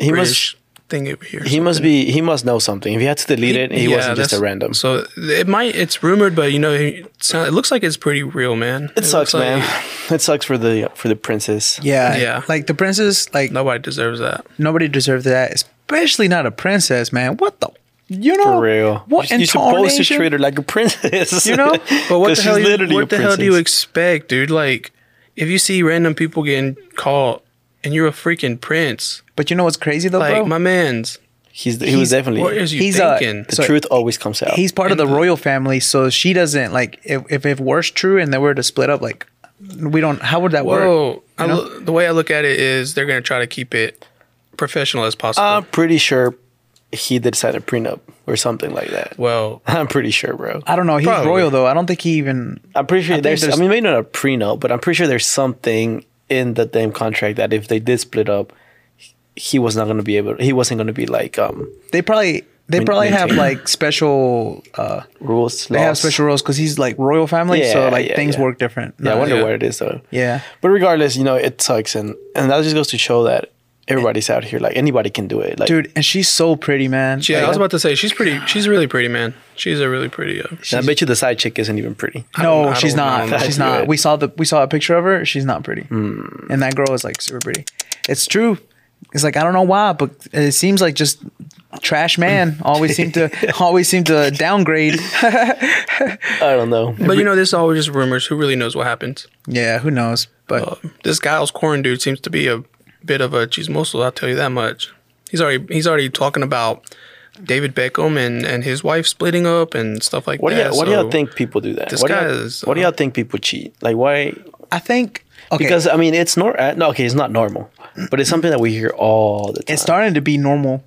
B: He must.
C: British thing over here.
B: He must be. He must know something. If he had to delete it, he
C: Yeah,
B: wasn't just a
C: that's-
B: random.
C: So it might it's rumored, but you know it, sound, it looks like it's pretty real, man.
B: it sucks, man. It sucks for the for the princess.
A: Yeah.
C: Yeah.
A: Like the princess, like
C: Nobody deserves that.
A: nobody deserved that, especially not a princess, man. What the? You know,
B: For real.
A: Oh, What
B: you,
A: in
B: you're supposed to treat her like a princess. (laughs)
A: You know?
C: But
B: 'Cause
C: what the
B: she's
C: hell? You,
B: literally a
C: what the hell do you
B: princess.
C: expect, dude? Like, if you see random people getting caught and you're a freaking prince,
A: But you know what's crazy though,
C: like
A: bro?
C: my man's.
B: He's, he was definitely.
C: What is you
A: He's a-
C: thinking?
B: the
A: so-
B: truth always comes out.
A: He's part of the royal family, so she doesn't like if if it were true and they were to split up, like we don't. How would that work?
C: Whoa! I
A: know?
C: lo- the way I look at it is they're gonna try to keep it professional as possible.
B: I'm pretty sure he did sign a prenup or something like that. (laughs)
C: well,
B: I'm pretty sure, bro.
A: I don't know. He's
C: Probably.
A: royal though. I don't think he even.
B: I'm pretty sure there's,
A: there's-
B: I mean, maybe not a prenup, but I'm pretty sure there's something in the damn contract that if they did split up, he was not going to be able. He wasn't going to be like um
A: They probably they probably have
B: maintain.
A: like special. uh
B: rules.
A: They have
B: laws.
A: special rules because he's like royal family, so
B: Yeah,
A: like
B: yeah,
A: things
B: yeah.
A: work different.
B: Yeah, I
A: No,
B: wonder
C: Yeah.
B: what it is though.
A: yeah.
B: But regardless, you know, it sucks, and and that just goes to show that everybody's out here. Like anybody can do it. Like,
A: dude, and she's so pretty, man.
C: yeah,
A: Like,
C: I was about to say she's pretty. She's really pretty, man. She's a really pretty. Uh,
B: and I bet you the side chick isn't even pretty.
A: No,
C: don't- I
A: she's
C: don't
A: not.
C: know.
A: She's
B: That's
A: not.
B: good.
A: We saw the we saw a picture of her. She's not pretty.
C: Hmm.
A: And that girl is like super pretty. It's true. It's like I don't know why, but it seems like just trash
C: (laughs)
A: man always seem to always seem to downgrade.
B: I don't know.
C: but you know, this is always just rumors. Who really knows what happens?
A: yeah, who knows? But
C: Um, this Giles Corn dude seems to be a bit of a chismoso. I'll tell you that much. He's already he's already talking about David Beckham and, and his wife splitting up and stuff like
B: What do
C: that.
B: y'all, what do
C: so-
B: y'all think people do that?
C: this
B: What do
C: guy
B: y'all-
C: is,
B: What do
C: uh,
B: y'all think people cheat? Like why?
A: I think okay,
B: Because I mean, it's nor uh, no okay, it's not normal, but it's something that we hear all the time.
A: it's starting to be normal.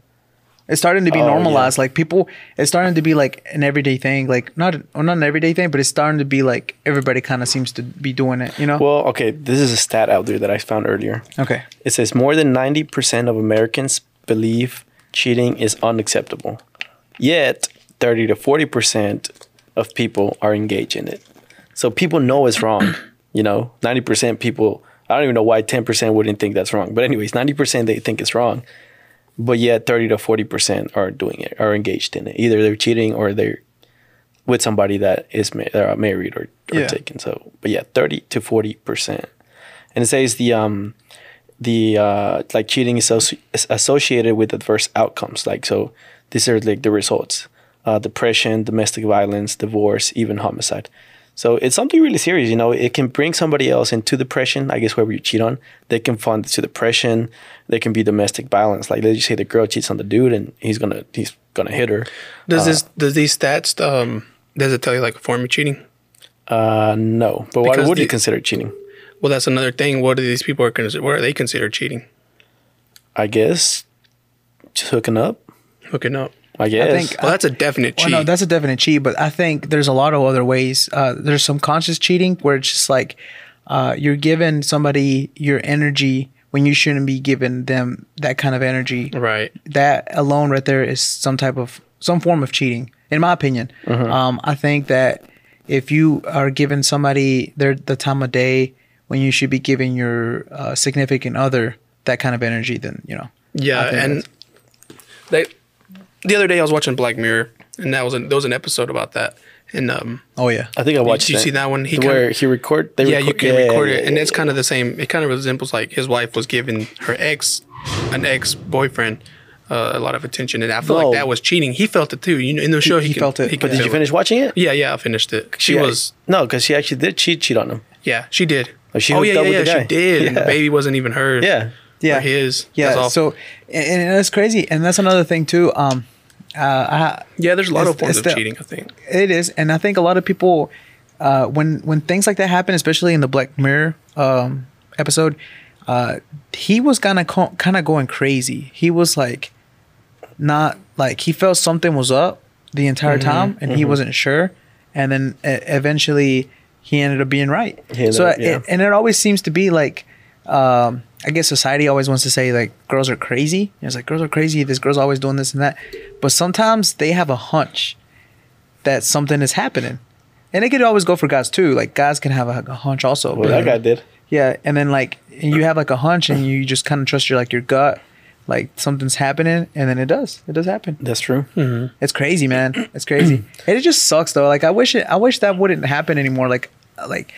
A: It's starting to be
B: Oh, yeah.
A: normalized. Like people, it's starting to be like an everyday thing. Like not well, not an everyday thing, but it's starting to be like everybody kind of seems to be doing it. You know?
B: well, okay, this is a stat out there that I found earlier.
A: okay.
B: It says more than ninety percent of Americans believe cheating is unacceptable. Yet, 30 to 40% of people are engaged in it. So people know it's wrong. (clears throat) You know, 90% people, I don't even know why 10% wouldn't think that's wrong. But, anyways, 90% they think it's wrong. But yet, 30 to 40% are doing it, are engaged in it. Either they're cheating or they're with somebody that is ma- that are married or, or
A: Yeah.
B: taken. So, but yeah, 30 to 40%. And it says the, um, the uh, like cheating is, asso- is associated with adverse outcomes. Like so, these are like the results: uh, depression, domestic violence, divorce, even homicide. So it's something really serious. You know, it can bring somebody else into depression. I guess whoever you cheat on, they can fall into depression. They can be domestic violence. Like let's just say the girl cheats on the dude, and he's gonna he's gonna hit her.
C: Does this does these stats um does it tell you like a form of cheating?
B: Uh, no, but what
C: Because
B: would you
C: the-
B: consider cheating?
C: Well, that's another thing. What do these people are consider? What are they considered cheating?
B: I guess just hooking up.
C: Hooking up.
B: I guess.
A: think-
C: Well, that's a definite
A: Well,
C: cheat.
A: no, that's a definite cheat, but I think there's a lot of other ways. Uh, there's some conscious cheating where it's just like uh, you're giving somebody your energy when you shouldn't be giving them that kind of energy.
C: right.
A: That alone, right there, is some type of some form of cheating, in my opinion. Um, I think that if you are giving somebody their the time of day when you should be giving your uh, significant other that kind of energy, then you know.
C: Yeah,
A: think
C: and they the other day I was watching Black Mirror, and that was an, there was an episode about that, and um
A: Oh yeah.
B: I think I watched.
C: you
B: that.
C: see that one? He
B: The where
C: kinda-
B: he record. They
C: yeah, you
B: record,
C: can record it,
B: yeah,
C: and
B: yeah,
C: it's kind of the same. It kind of resembles like his wife was giving her ex, an ex boyfriend, uh, a lot of attention, and I feel
B: No.
C: like that was cheating. He felt it too. You know, in the show he,
A: he
C: can-
A: felt it.
C: can
A: But
B: Did
C: feel
B: you
C: it.
B: finish watching it?
C: Yeah, yeah, I finished it. She
B: Yeah.
C: was,
B: no, because she actually did cheat cheat on him.
C: yeah, she did.
B: Oh, she
C: oh
B: hooked
C: yeah,
B: up
C: yeah,
B: with the
C: yeah,
B: guy.
C: she did. And the
B: Yeah.
C: baby wasn't even hers.
B: Yeah,
A: Yeah.
C: or his.
A: Yeah.
C: That's all.
A: So, and, and that's crazy. And that's another thing too. Um,
C: yeah, there's a lot
A: it's-
C: of
A: it's
C: forms of
A: the-
C: cheating. I think.
A: it is, and I think a lot of people, uh, when when things like that happen, especially in the Black Mirror um episode, uh, he was kind of co- kind of going crazy. He was like, not like he felt something was up the entire
B: Mm-hmm.
A: time, and he wasn't sure. And then uh, eventually, he ended up being right.
B: He ended
A: so,
B: up- yeah.
A: it, and it always seems to be like um, I guess society always wants to say like girls are crazy. You know, it's like girls are crazy. This girl's always doing this and that. But sometimes they have a hunch that something is happening, and it could always go for guys too. Like guys can have a, a hunch also.
B: well,
A: but-
B: that guy did.
A: yeah, and then like and you have like a hunch, and you just kind of trust your like your gut, like something's happening, and then it does. It does happen.
B: That's true.
A: It's crazy, man. It's
B: (clears throat)
A: crazy. and it just sucks though. Like I wish it, I wish that wouldn't happen anymore. Like like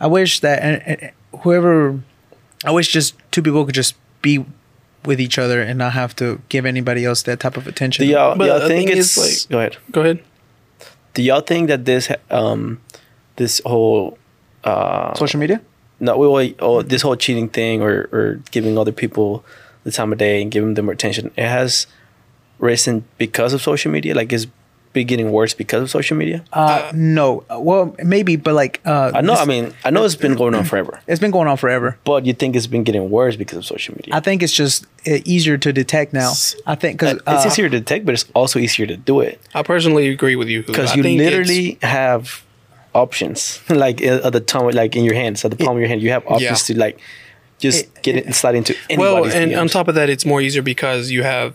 A: I wish that and, and whoever I wish just two people could just be with each other and not have to give anybody else that type of attention.
B: Do y'all, do
C: But
B: uh, y'all
C: the
B: think
C: thing
B: it's
C: is,
B: like?
C: like-
B: Go ahead.
C: Go ahead.
B: Do y'all think that this um this whole uh
A: Social media?
B: no we wait, oh, this whole cheating thing or or giving other people the time of day and giving them more attention it has risen because of social media like it's been getting worse because of social media
A: Uh, no. Well, maybe, but like uh,
B: i know
A: this-
B: i mean i know it's been going on forever
A: it's been going on forever.
B: but you think it's been getting worse because of social media
A: I think it's just uh, easier to detect now. I think uh, because
B: eh, it's easier to detect, but it's also easier to do it
C: I personally agree with you
B: because you literally have options, (laughs) like uh, at the time, like in your hands, at the palm of your hand, you have options
C: Yeah.
B: to like just get it, slide into
C: well,
B: anybody's
C: and on
B: DMs.
C: top of that, it's more easier because you have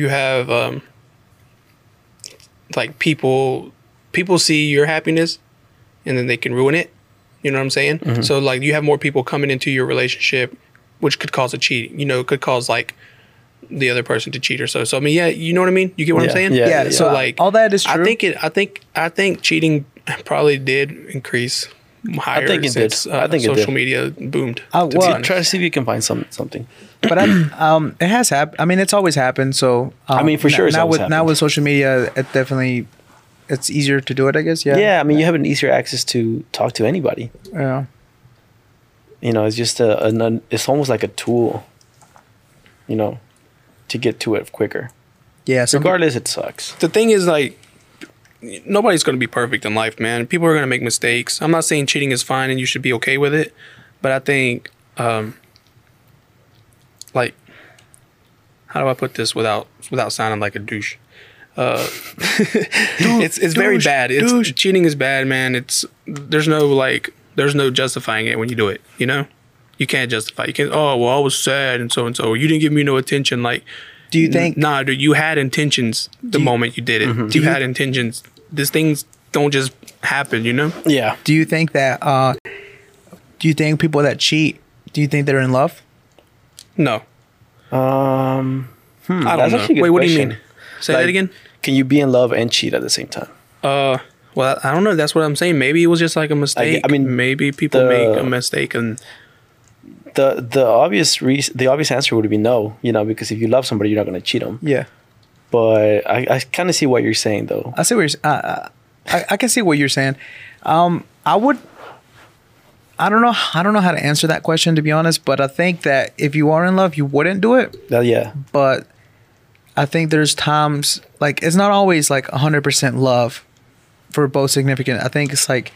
C: you have um like people people see your happiness and then they can ruin it. You know what I'm saying?
B: Mm-hmm.
C: So like you have more people coming into your relationship, which could cause a cheat. You know, it could cause like the other person to cheat or so. So I mean, yeah, you know what I mean. You get what
B: Yeah,
C: I'm saying?
B: yeah,
A: yeah,
B: yeah.
A: So like all that is true.
C: I think it. I think. I think cheating probably did increase higher
B: think it did.
C: since
B: I
C: Uh,
B: think it did.
C: social media boomed.
A: Uh,
C: to be
A: well-
C: honest.
B: try to see if you can find some something.
A: but I'm, um, it has happened. I mean, it's always happened. So um,
B: I mean, for
A: n-
B: sure it's
A: Now
B: always
A: with now
B: happened.
A: with social media, it definitely it's easier to do it. I guess. Yeah.
B: Yeah, I mean, you have an easier access to talk to anybody.
A: Yeah.
B: You know, it's just a, a non, it's almost like a tool. You know, to get to it quicker.
A: Yeah. So
B: Regardless, it sucks.
C: the thing is like nobody's going to be perfect in life man people are going to make mistakes i'm not saying cheating is fine and you should be okay with it but i think um like how do i put this without without sounding like a douche (laughs) uh it's it's very
A: douche,
C: bad it's
A: douche.
C: cheating is bad man it's there's no like there's no justifying it when you do it you know you can't justify you can't oh well i was sad and so and so you didn't give me no attention like
A: Do you think?
C: Nah, dude, you had intentions the moment you did it.
B: Mm-hmm.
C: You had intentions. These things don't just happen, you know?
B: Yeah.
A: Do you think that? Uh, do you think people that cheat? Do you think they're in love?
C: No.
B: Um, hmm, that's
C: I don't know.
B: actually a good
C: Wait, what do you
B: question.
C: mean? Say
B: Like,
C: that again?
B: Can you be in love and cheat at the same time?
C: Uh, well, I don't know. That's what I'm saying. Maybe it was just like a mistake. I,
B: mean,
C: mean, maybe people
B: the-
C: make a mistake and
B: The the obvious re- the obvious answer would be no, you know, because if you love somebody, you're not going to cheat them.
A: Yeah,
B: But I, I kind of see what you're saying though.
A: I see what you're. s- I, I- I, I can see what you're saying. Um, I would. I don't know. I don't know how to answer that question to be honest, but I think that if you are in love, you wouldn't do it.
B: That- yeah,
A: But I think there's times like it's not always like 100% love for both significant. I think it's like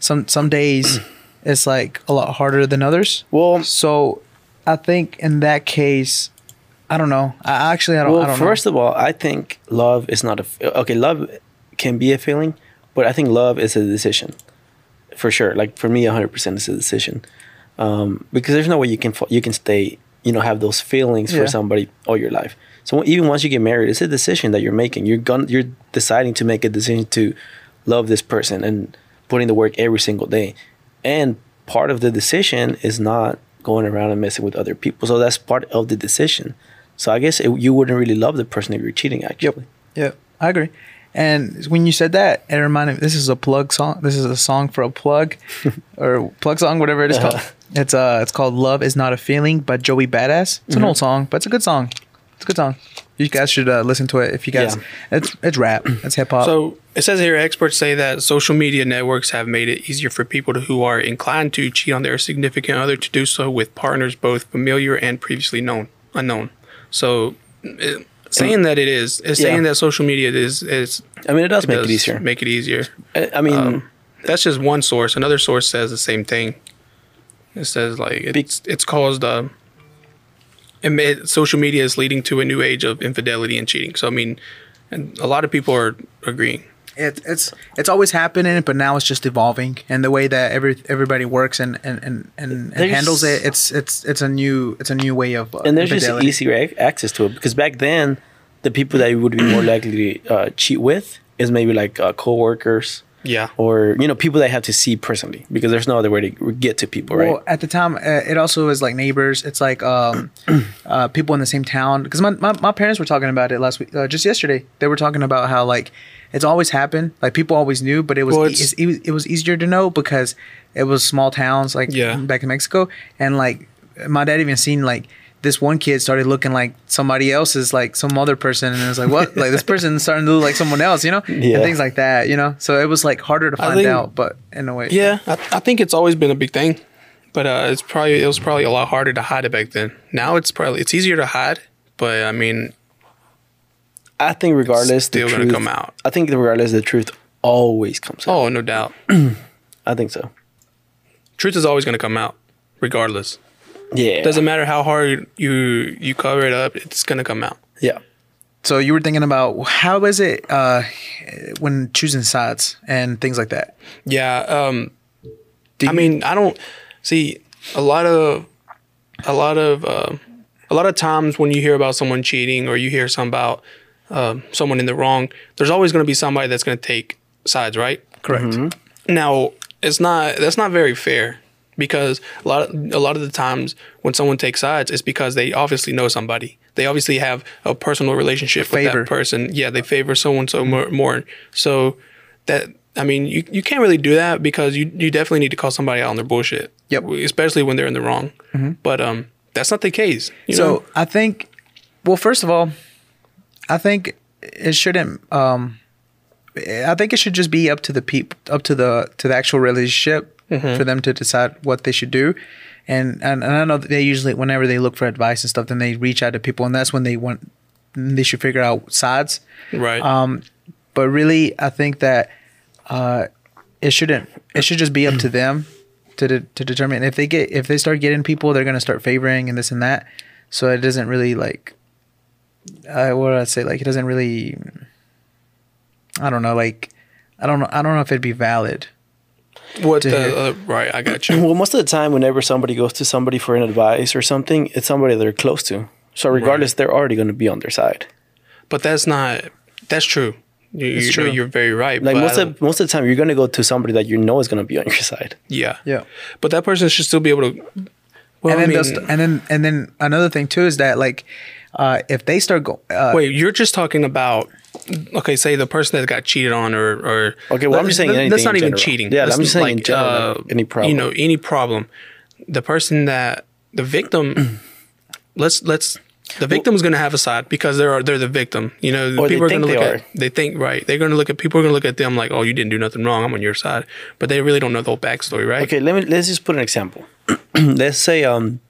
A: some some
B: (clears throat)
A: days it's like a lot harder than others.
B: Well-
A: so I think in that case, I don't know. I actually I don't. I
B: Well,
A: don't
B: first of all, I think love is not a f- okay. Love can be a feeling, but I think love is a decision, for sure. Like for me, hundred percent is a decision, um, because there's no way you can fo- you can stay you know have those feelings for
A: Yeah.
B: somebody all your life. So even once you get married, it's a decision that you're making. You're gon- you're deciding to make a decision to love this person and putting the work every single day, and part of the decision is not going around and messing with other people. So that's part of the decision. So I guess it, you wouldn't really love the person if you're cheating. Actually,
A: Know. Yeah, I agree. And when you said that, it reminded me. This is a plug song. This is a song for a
B: (laughs)
A: plug, or plug song, whatever it is called.
B: Uh-huh.
A: It's uh, it's called "Love Is Not a Feeling" by Joey Badass. It's
B: Mm-hmm.
A: an old song, but it's a good song. It's a good song. You guys should uh, listen to it if you guys.
B: Yeah.
A: It's it's rap. It's hip
B: Uh,
A: hop.
C: So it says here experts say that social media networks have made it easier for people to, who are inclined to cheat on their significant other to do so with partners both familiar and previously known unknown. So eh, saying that it is, it's
B: Yeah.
C: saying that social media is is
B: I mean it does make
C: does
B: it easier.
C: Make um, it easier.
B: I, I mean,
C: That's just one source. Another source says the same thing. It says like it's it's caused uh, it ma- social media is leading to a new age of infidelity and cheating. So I mean, and a lot of people are agreeing.
A: it, it's it's always happening, but now it's just evolving, and the way that every everybody works and and and, and, and
B: There's-
A: handles it, it's it's it's a new it's a new way of uh,
B: and there's
A: infidelity.
B: just easier ac- access to it because back then, the people that you would be more likely to uh, cheat with is maybe like uh, coworkers
C: Yeah.
B: or you know people that you have to see personally because there's no other way to get to people, right?
A: Well, at the time, uh, it also was like neighbors. It's like
C: (clears throat)
A: um, uh, people in the same town. Because my, my, my parents were talking about it last week, uh, just yesterday. They were talking about how like it's always happened. Like people always knew, but it was
C: Well,
A: e-
C: it's-
A: it, was- it was easier to know because it was small towns like
C: Yeah.
A: back in Mexico. And like my dad even seen like this one kid started looking like somebody else's like some other person and it was like what like this person's starting to look like someone else you know
C: (laughs)
B: Yeah.
A: and things like that you know so it was like harder to find
C: think-
A: out but in a way
C: Yeah, I, I think it's always been a big thing, but uh, it's probably it was probably a lot harder to hide it back then. Now it's probably it's easier to hide, but I mean,
B: I think regardless,
C: still
B: the
C: gonna
B: truth,
C: come out.
B: I think regardless, the truth always comes out.
C: oh no doubt, (clears throat)
B: I think so.
C: truth is always going to come out, regardless.
B: Yeah.
C: Doesn't matter how hard you you cover it up, it's going to come out.
B: yeah.
A: So you were thinking about how is it uh, when choosing sides and things like that?
C: Yeah. Um, I mean, I don't see a lot of a lot of uh, a lot of times when you hear about someone cheating or you hear some about um, someone in the wrong, there's always going to be somebody that's going to take sides, right?
A: Correct.
C: Now, it's not that's not very fair because a lot of, a lot of the times when someone takes sides, it's because they obviously know somebody. They obviously have a personal relationship
A: Favor.
C: with that person. Yeah, they favor so and
A: Mm-hmm.
C: so more, more. So that I mean, you, you can't really do that because you you definitely need to call somebody out on their bullshit.
A: Yep. Mm-hmm.
C: Especially when they're in the wrong. But um, that's not the case. You
A: so
C: know?
A: I think, well, first of all, I think it shouldn't. Um, I think it should just be up to the peop up to the to the actual relationship
C: Mm-hmm.
A: for them to decide what they should do. And, and and I know that they usually whenever they look for advice and stuff, then they reach out to people, and that's when they want they should figure out sides.
C: right.
A: Um, but really, I think that uh, it shouldn't. It should just be up
C: (clears throat)
A: to them to de- to determine if they get if they start getting people, they're gonna start favoring and this and that. So it doesn't really like. I what would I say? Like it doesn't really. I don't know. Like, I don't know. I don't know if it'd be valid.
C: what
A: to hear-
C: the uh, right? I got you.
A: (coughs)
B: Well, most of the time, whenever somebody goes to somebody for an advice or something, it's somebody they're close to. So regardless, they're already going to be on their side.
C: But that's not. That's true. You, you,
B: true.
C: true. You're very right.
B: Like
C: but I
B: most
C: don't-
B: of most of the time, you're going to go to somebody that you know is going to be on your (laughs) side.
C: yeah,
A: Yeah.
C: But that person should still be able to. Well,
A: and
C: I
A: then
C: mean,
A: they'll st- and then and then another thing too is that like uh, if they start going uh,
C: wait, you're just talking about okay, say the person that got cheated on or or
B: Okay, well, I'm just saying
C: Let-
B: anything
C: that's not
B: in
C: even
B: general.
C: cheating.
B: Yeah,
C: That's
B: I'm just saying in general, like, any problem.
C: uh, You know, any problem. The person that the victim, let's let's the victim's going to have a side because they're they're the victim. You know, the
B: Or they
C: people are
B: think
C: going to look
B: they
C: at
B: are.
C: they think right. They're going to look at people are going to look at them like, oh, you didn't do nothing wrong. I'm on your side, but they really don't know the whole backstory, right?
B: Okay, let me let's just put an example. (clears throat) let's say um,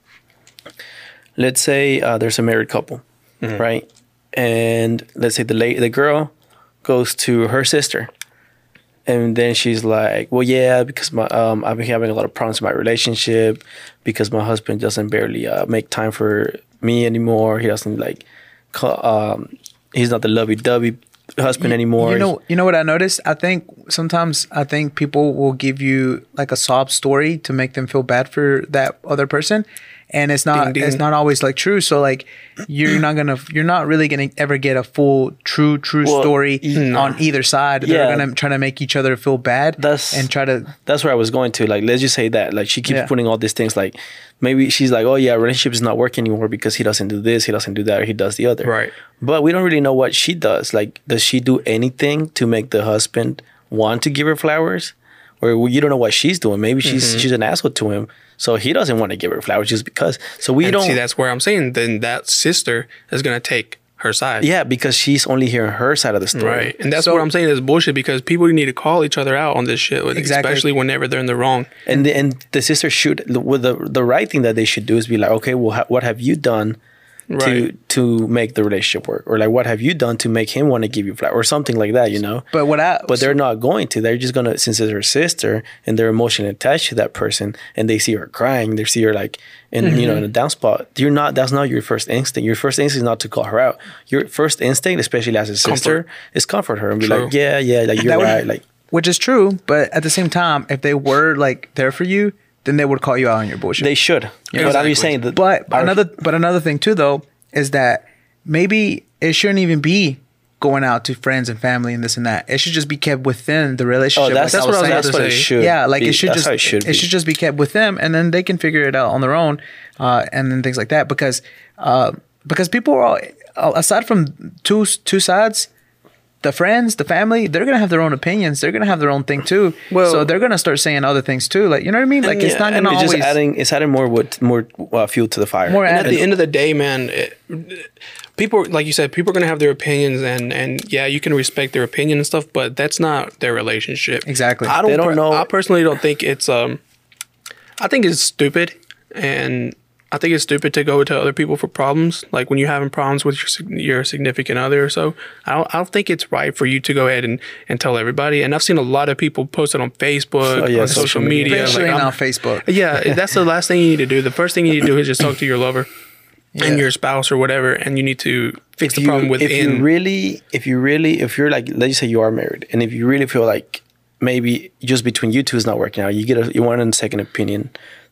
B: let's say uh, there's a married couple,
A: Mm-hmm.
B: right? And let's say the la- the girl goes to her sister, and then she's like, "Well, yeah, because my um, I've been having a lot of problems in my relationship because my husband doesn't barely uh, make time for me anymore. He doesn't like, co- um, he's not the lovey dovey husband anymore.
A: You know, you know what I noticed? I think sometimes I think people will give you like a sob story to make them feel bad for that other person, and it's not
C: Ding, ding.
A: it's not always like true. So like you're not gonna you're not really gonna ever get a full true true
B: Well,
A: story on either side.
B: Yeah.
A: They're gonna try to make each other feel bad
B: That's-
A: and try to
B: that's where I was going to. Like, let's just say that. Like, she keeps
A: Yeah.
B: putting all these things. Like, maybe she's like, "Oh yeah, relationship is not working anymore because he doesn't do this, he doesn't do that, or he does the other."
C: Right.
B: But we don't really know what she does. Like, does she do anything to make the husband want to give her flowers? Or well, you don't know what she's doing. Maybe she's
C: Mm-hmm.
B: she's an asshole to him, so he doesn't want to give her flowers just because. So we
C: And
B: don't.
C: see, that's where I'm saying then that sister is going to take her side.
B: yeah, because she's only hearing her side of the story.
C: Right. And that's
A: So-
C: what I'm saying is bullshit because people need to call each other out on this shit,
A: Exactly.
C: especially whenever they're in the wrong.
B: and the, and the sister should well, the the right thing that they should do is be like okay well ha- what have you done to
C: Right.
B: to make the relationship work or like what have you done to make him want to give you flowers or something like that you know
A: But what I
B: but they're not going to they're just gonna since it's her sister and they're emotionally attached to that person and they see her crying they see her like in you know in a down spot you're not that's not your first instinct your first instinct is not to call her out your first instinct especially as a sister
C: Comfort.
B: is comfort her and be
C: True.
B: like yeah yeah like you're
A: That would-
B: right like
A: which is true, but at the same time, if they were like there for you, then they would call you out on your bullshit.
B: they should but i'm
C: Exactly.
B: just saying that
A: But
B: our-
A: another but another thing too though is that maybe it shouldn't even be going out to friends and family and this and that. It should just be kept within the relationship.
B: Oh, that's,
A: like
B: that's what I was
A: saying.
B: that's what it
C: saying.
B: should
A: yeah, like
B: be.
A: it should
B: That's
A: just
B: how it should, be.
A: just be kept with them, and then they can figure it out on their own, uh, and then things like that. Because uh, because people are all, uh, aside from two two sides, the friends, the family, they're gonna have their own opinions. They're gonna have their own thing too.
C: Well-
A: so they're gonna start saying other things too. Like you know what I mean? Like it's
B: Yeah,
A: not
B: and
A: gonna
B: it's
A: always.
B: just adding it's adding more wood more uh, fuel to the fire
A: More
C: And at
A: And-
C: the end of the day, man, it, people, like you said, people are gonna have their opinions, and and yeah, you can respect their opinion and stuff, but that's not their relationship.
A: Exactly.
C: I don't,
B: They don't
C: per-
B: know-
C: I personally don't think it's um, I think it's stupid, and I think it's stupid to go to other people for problems. Like when you're having problems with your sig- your significant other or so, I don't, I don't think it's right for you to go ahead and and tell everybody. And I've seen a lot of people post it on Facebook,
B: Oh, yeah,
C: on
B: social
C: social
B: media.
C: media,
A: Especially
C: like,
A: on
C: I'm-
A: Facebook.
C: yeah, that's
B: (laughs)
C: the last thing you need to do. The first thing you need to do is just talk to your lover and your spouse or whatever, and you need to fix the
B: you-
C: problem
B: If
C: within.
B: you really, if you really, if you're like, let's say you are married, and if you really feel like maybe just between you two is not working out, you get a, you want a second opinion,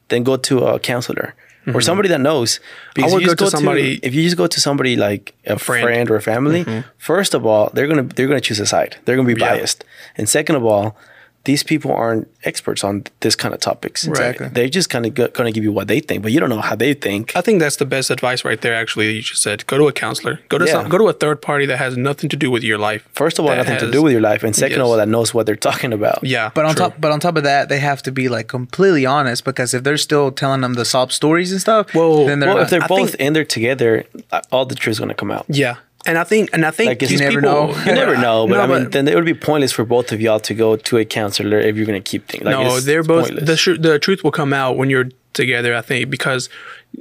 B: then go to a counselor or somebody that knows. Because
C: would
B: if you
C: Mm-hmm. go
B: just
C: to somebody-
B: if you just go to somebody like a friend,
C: friend. Mm-hmm.
B: or a family, first of all, they're gonna they're gonna choose a side. They're gonna be
C: Yeah.
B: biased, and second of all. These people aren't experts on this kind of topics.
C: Exactly.
B: They're just kind of going to give you what they think, but you don't know how they think.
C: I think that's the best advice right there. Actually, you just said go to a counselor, go to
B: Yeah.
C: some, go to a third party that has nothing to do with your life.
B: First of all,
C: that
B: nothing to
C: has-
B: do with your life, and second of
C: Yes.
B: all, that knows what they're talking about.
C: Yeah,
A: But on
C: true.
A: top, but on top of that, they have to be like completely honest because if they're still telling them the sob stories and stuff,
C: Well,
A: then they're
B: Well,
A: not.
B: if they're
C: I
B: both
C: think-
B: in there together, uh, all the truth's gonna come out.
C: yeah, and I think and I think
B: Like, it's-
C: these
A: You never
C: people, (laughs)
A: know.
B: You never know, but
C: No,
B: I mean,
C: but-
B: then it would be pointless for both of y'all to go to a counselor if you're gonna keep things. Like,
C: no,
B: it's-
C: they're
B: it's
C: both
B: pointless.
C: the tru- the truth will come out when you're together. I think because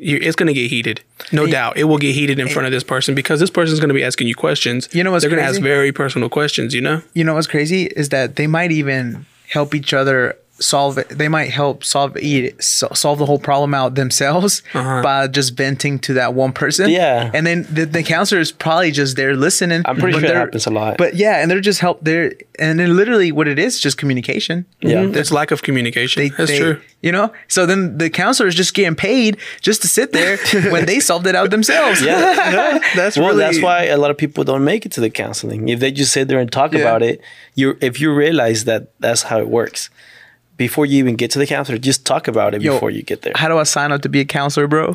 C: you, it's going to get heated, no doubt. It will get heated in front of this person because this person's going to be asking you questions.
A: You know what's
C: they're going to
A: crazy?
C: ask very personal questions. You know,
A: you know what's crazy is that they might even help each other solve it. They might help solve eat it, so, solve the whole problem out themselves by just venting to that one person.
B: Uh-huh. Yeah.
A: and then the, the counselor is probably just there listening.
B: I'm pretty
A: but
B: sure it
A: they're-
B: happens a lot.
A: But yeah, and they're just help there, and then literally what it is just communication.
B: Yeah.
C: That's Mm-hmm. lack of communication.
A: They-
C: That's
A: they-
C: true.
A: You know, so then the counselor is just getting paid just to sit there when they solved it out themselves. (laughs)
C: (laughs)
B: Yeah.
A: that's
B: well,
A: really
B: that's why a lot of people don't make it to the counseling. If they just sit there and talk
A: Yeah.
B: about it, you if you realize that that's how it works, before you even get to the counselor, just talk about it
A: Yo,
B: before you get there.
A: How do I sign up to be a counselor, bro?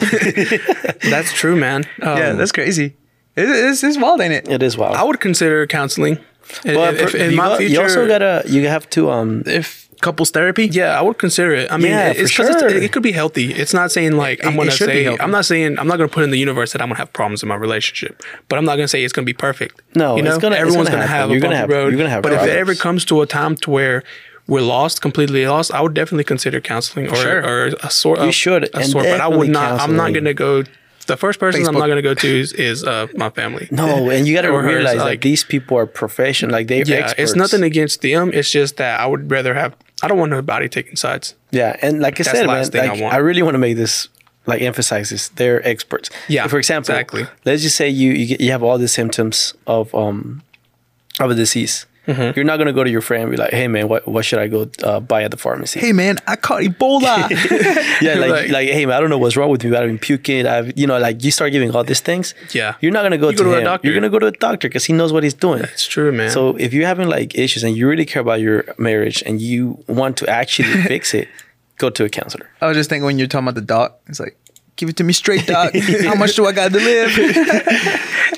C: That's true, man. Um,
A: yeah, that's crazy. It, it's, it's wild, ain't it?
B: It is wild.
C: I would consider counseling.
B: but
C: if, if,
B: per-
C: in
B: you,
C: my
B: got- you
C: future,
B: also gotta you have to um
C: if
A: Couples therapy.
C: yeah, I would consider it. I mean,
B: Yeah,
C: it's
B: for
C: 'cause it's-
B: sure.
C: it, could be healthy. It's not saying like I'm
A: it
C: gonna
A: should be
C: say
A: healthy.
C: I'm not saying I'm not gonna put in the universe that I'm gonna have problems in my relationship, but I'm not gonna say it's gonna be perfect.
B: No,
C: you
B: it's
C: know,
B: gonna- it's
C: everyone's
B: gonna
C: gonna,
B: happen.
C: have
B: You're
C: a
B: gonna
C: bumpy
B: have-
C: road.
B: you're gonna have
C: But if it
B: problems.
C: ever comes to a time to where we're lost, completely lost, I would definitely consider counseling or
A: Sure.
C: or a sort.
B: You
C: of-
B: should,
C: a
B: and
C: sort, but I
B: definitely
C: would not. I'm
B: counseling.
C: not gonna go. The first person I'm
A: Facebook.
C: not gonna go to is, is uh, my family.
B: no, and you gotta
C: Or hers,
B: realize that
C: like-
B: these people are professional, like they're
C: (laughs) Yeah,
B: experts.
C: it's nothing against them. It's just that I would rather have. I don't want nobody taking sides.
B: Yeah, and like I
C: That's
B: said,
C: the
B: man,
C: last thing I
B: like, I,
C: want.
B: really want to make this like emphasize this. They're experts.
C: Yeah,
B: For example,
C: exactly.
B: Let's just say you you, get, you have all the symptoms of um of a disease.
C: Mm-hmm.
B: You're not gonna go to your friend and be like, "Hey man, what what should I go uh, buy at the pharmacy?"
A: Hey man, I caught Ebola.
C: (laughs)
B: yeah, like,
C: Right.
B: like hey man, I don't know what's wrong with me. I've been puking. I've you know like you start giving all these things.
C: Yeah.
B: you're not gonna go, to,
C: go to a
B: him.
C: doctor.
B: You're gonna go to a doctor because he knows what he's doing.
C: It's true, man.
B: So if you're having like issues and you really care about your marriage and you want to actually
C: (laughs)
B: fix it, go to a counselor.
A: I was just thinking when you're talking about the doc, it's like, give it to me straight, doc. How much do I got to live?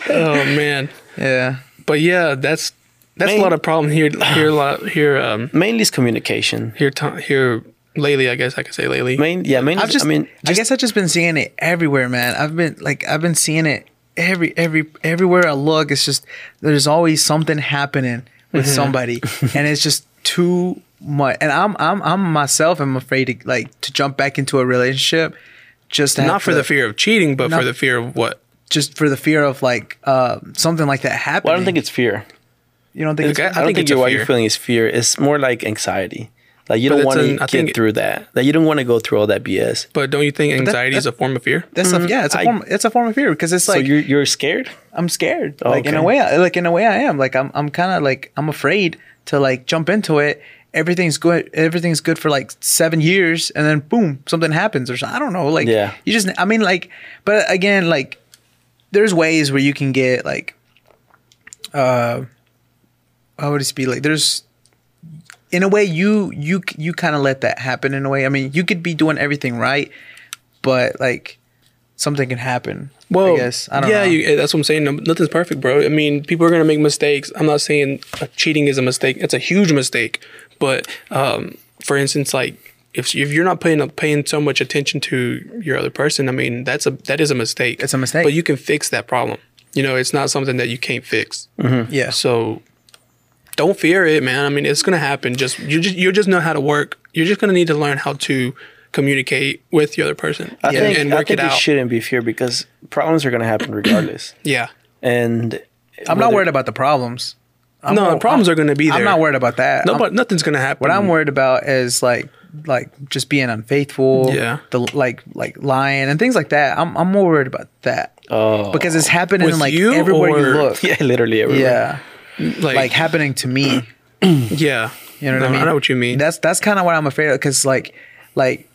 C: oh man,
A: yeah.
C: but yeah, that's that's
B: Man.
C: a lot of problem here. Here, a lot here, um,
B: Mainly it's communication.
C: here, to, here lately. I guess I could say lately.
B: Main, yeah, mainly.
A: I've just,
B: I mean,
A: I guess I've just been seeing it everywhere, man. I've been like, I've been seeing it every, every, everywhere I look. It's just there's always something happening with somebody, and it's just too much. And I'm, I'm, I'm myself. I'm afraid to like to jump back into a relationship, just to have
C: Not for
A: to-
C: the fear of cheating, but
A: Not-
C: for the fear of what?
A: just for the fear of like uh, something like that happening.
B: well, I don't think it's fear.
A: you don't think
C: Okay,
A: it's,
B: I, don't
C: think
B: think,
C: it's a
B: you're, what you're
C: fear.
B: feeling is fear. It's more like anxiety. Like you
C: But
B: don't
C: it's
B: want
C: an-
B: to
C: I
B: get
C: think-
B: through that. Like you don't want to go through all that BS.
C: But don't you think anxiety is a form of fear?
A: that's a, yeah, it's a
B: I-
A: form, it's a form of fear because it's
B: so
A: like
B: you're you're scared.
A: I'm scared.
C: Oh,
A: Like in a
B: Okay.
A: way, I- like in a way, I am. Like I'm, I'm kind of like I'm afraid to like jump into it. Everything's good. Everything's good for like seven years, and then boom, something happens or something. I don't know. Like
B: Yeah.
A: you just. I mean, like, but again, like, there's ways where you can get like, uh, how would it be like? There's in a way you you you kind of let that happen in a way. I mean, you could be doing everything right, but like something can happen.
C: Well,
A: I guess I don't
C: yeah,
A: know.
C: You, eh, that's what I'm saying. No- Nothing's perfect, bro. I mean, people are gonna make mistakes. I'm not saying uh, cheating is a mistake. It's a huge mistake. But um, for instance, like if if you're not paying paying so much attention to your other person, I mean, that's a that is a mistake.
A: It's a mistake.
C: But you can fix that problem. You know, it's not something that you can't fix.
A: yeah.
C: So don't fear it, man. I mean, it's gonna happen. Just you just you just know how to work. You're just gonna need to learn how to communicate with the other person
B: I
C: and,
B: think
C: and
B: I
C: work
B: think
C: it
B: it,
C: out.
B: shouldn't be fear because problems are gonna happen
C: (laughs)
B: regardless.
C: Yeah.
B: and
A: I'm not
B: (laughs)
A: worried about the problems. I'm
C: no,
A: not-
C: the problems are gonna be there.
A: I'm not worried about that.
C: No,
A: I'm-
C: but nothing's gonna happen.
A: what I'm worried about is like like just being unfaithful.
C: Yeah.
A: The like like lying and things like that. I'm I'm more worried about that
B: Oh,
A: because it's happening
C: With
A: like
C: you
A: everywhere you
C: or- (laughs)
A: look.
B: yeah, literally everywhere.
A: Yeah.
C: like,
A: Like happening to me.
C: yeah,
A: You know what
C: No,
A: I mean?
C: know what you mean.
A: That's that's kind of what I'm afraid of because like like.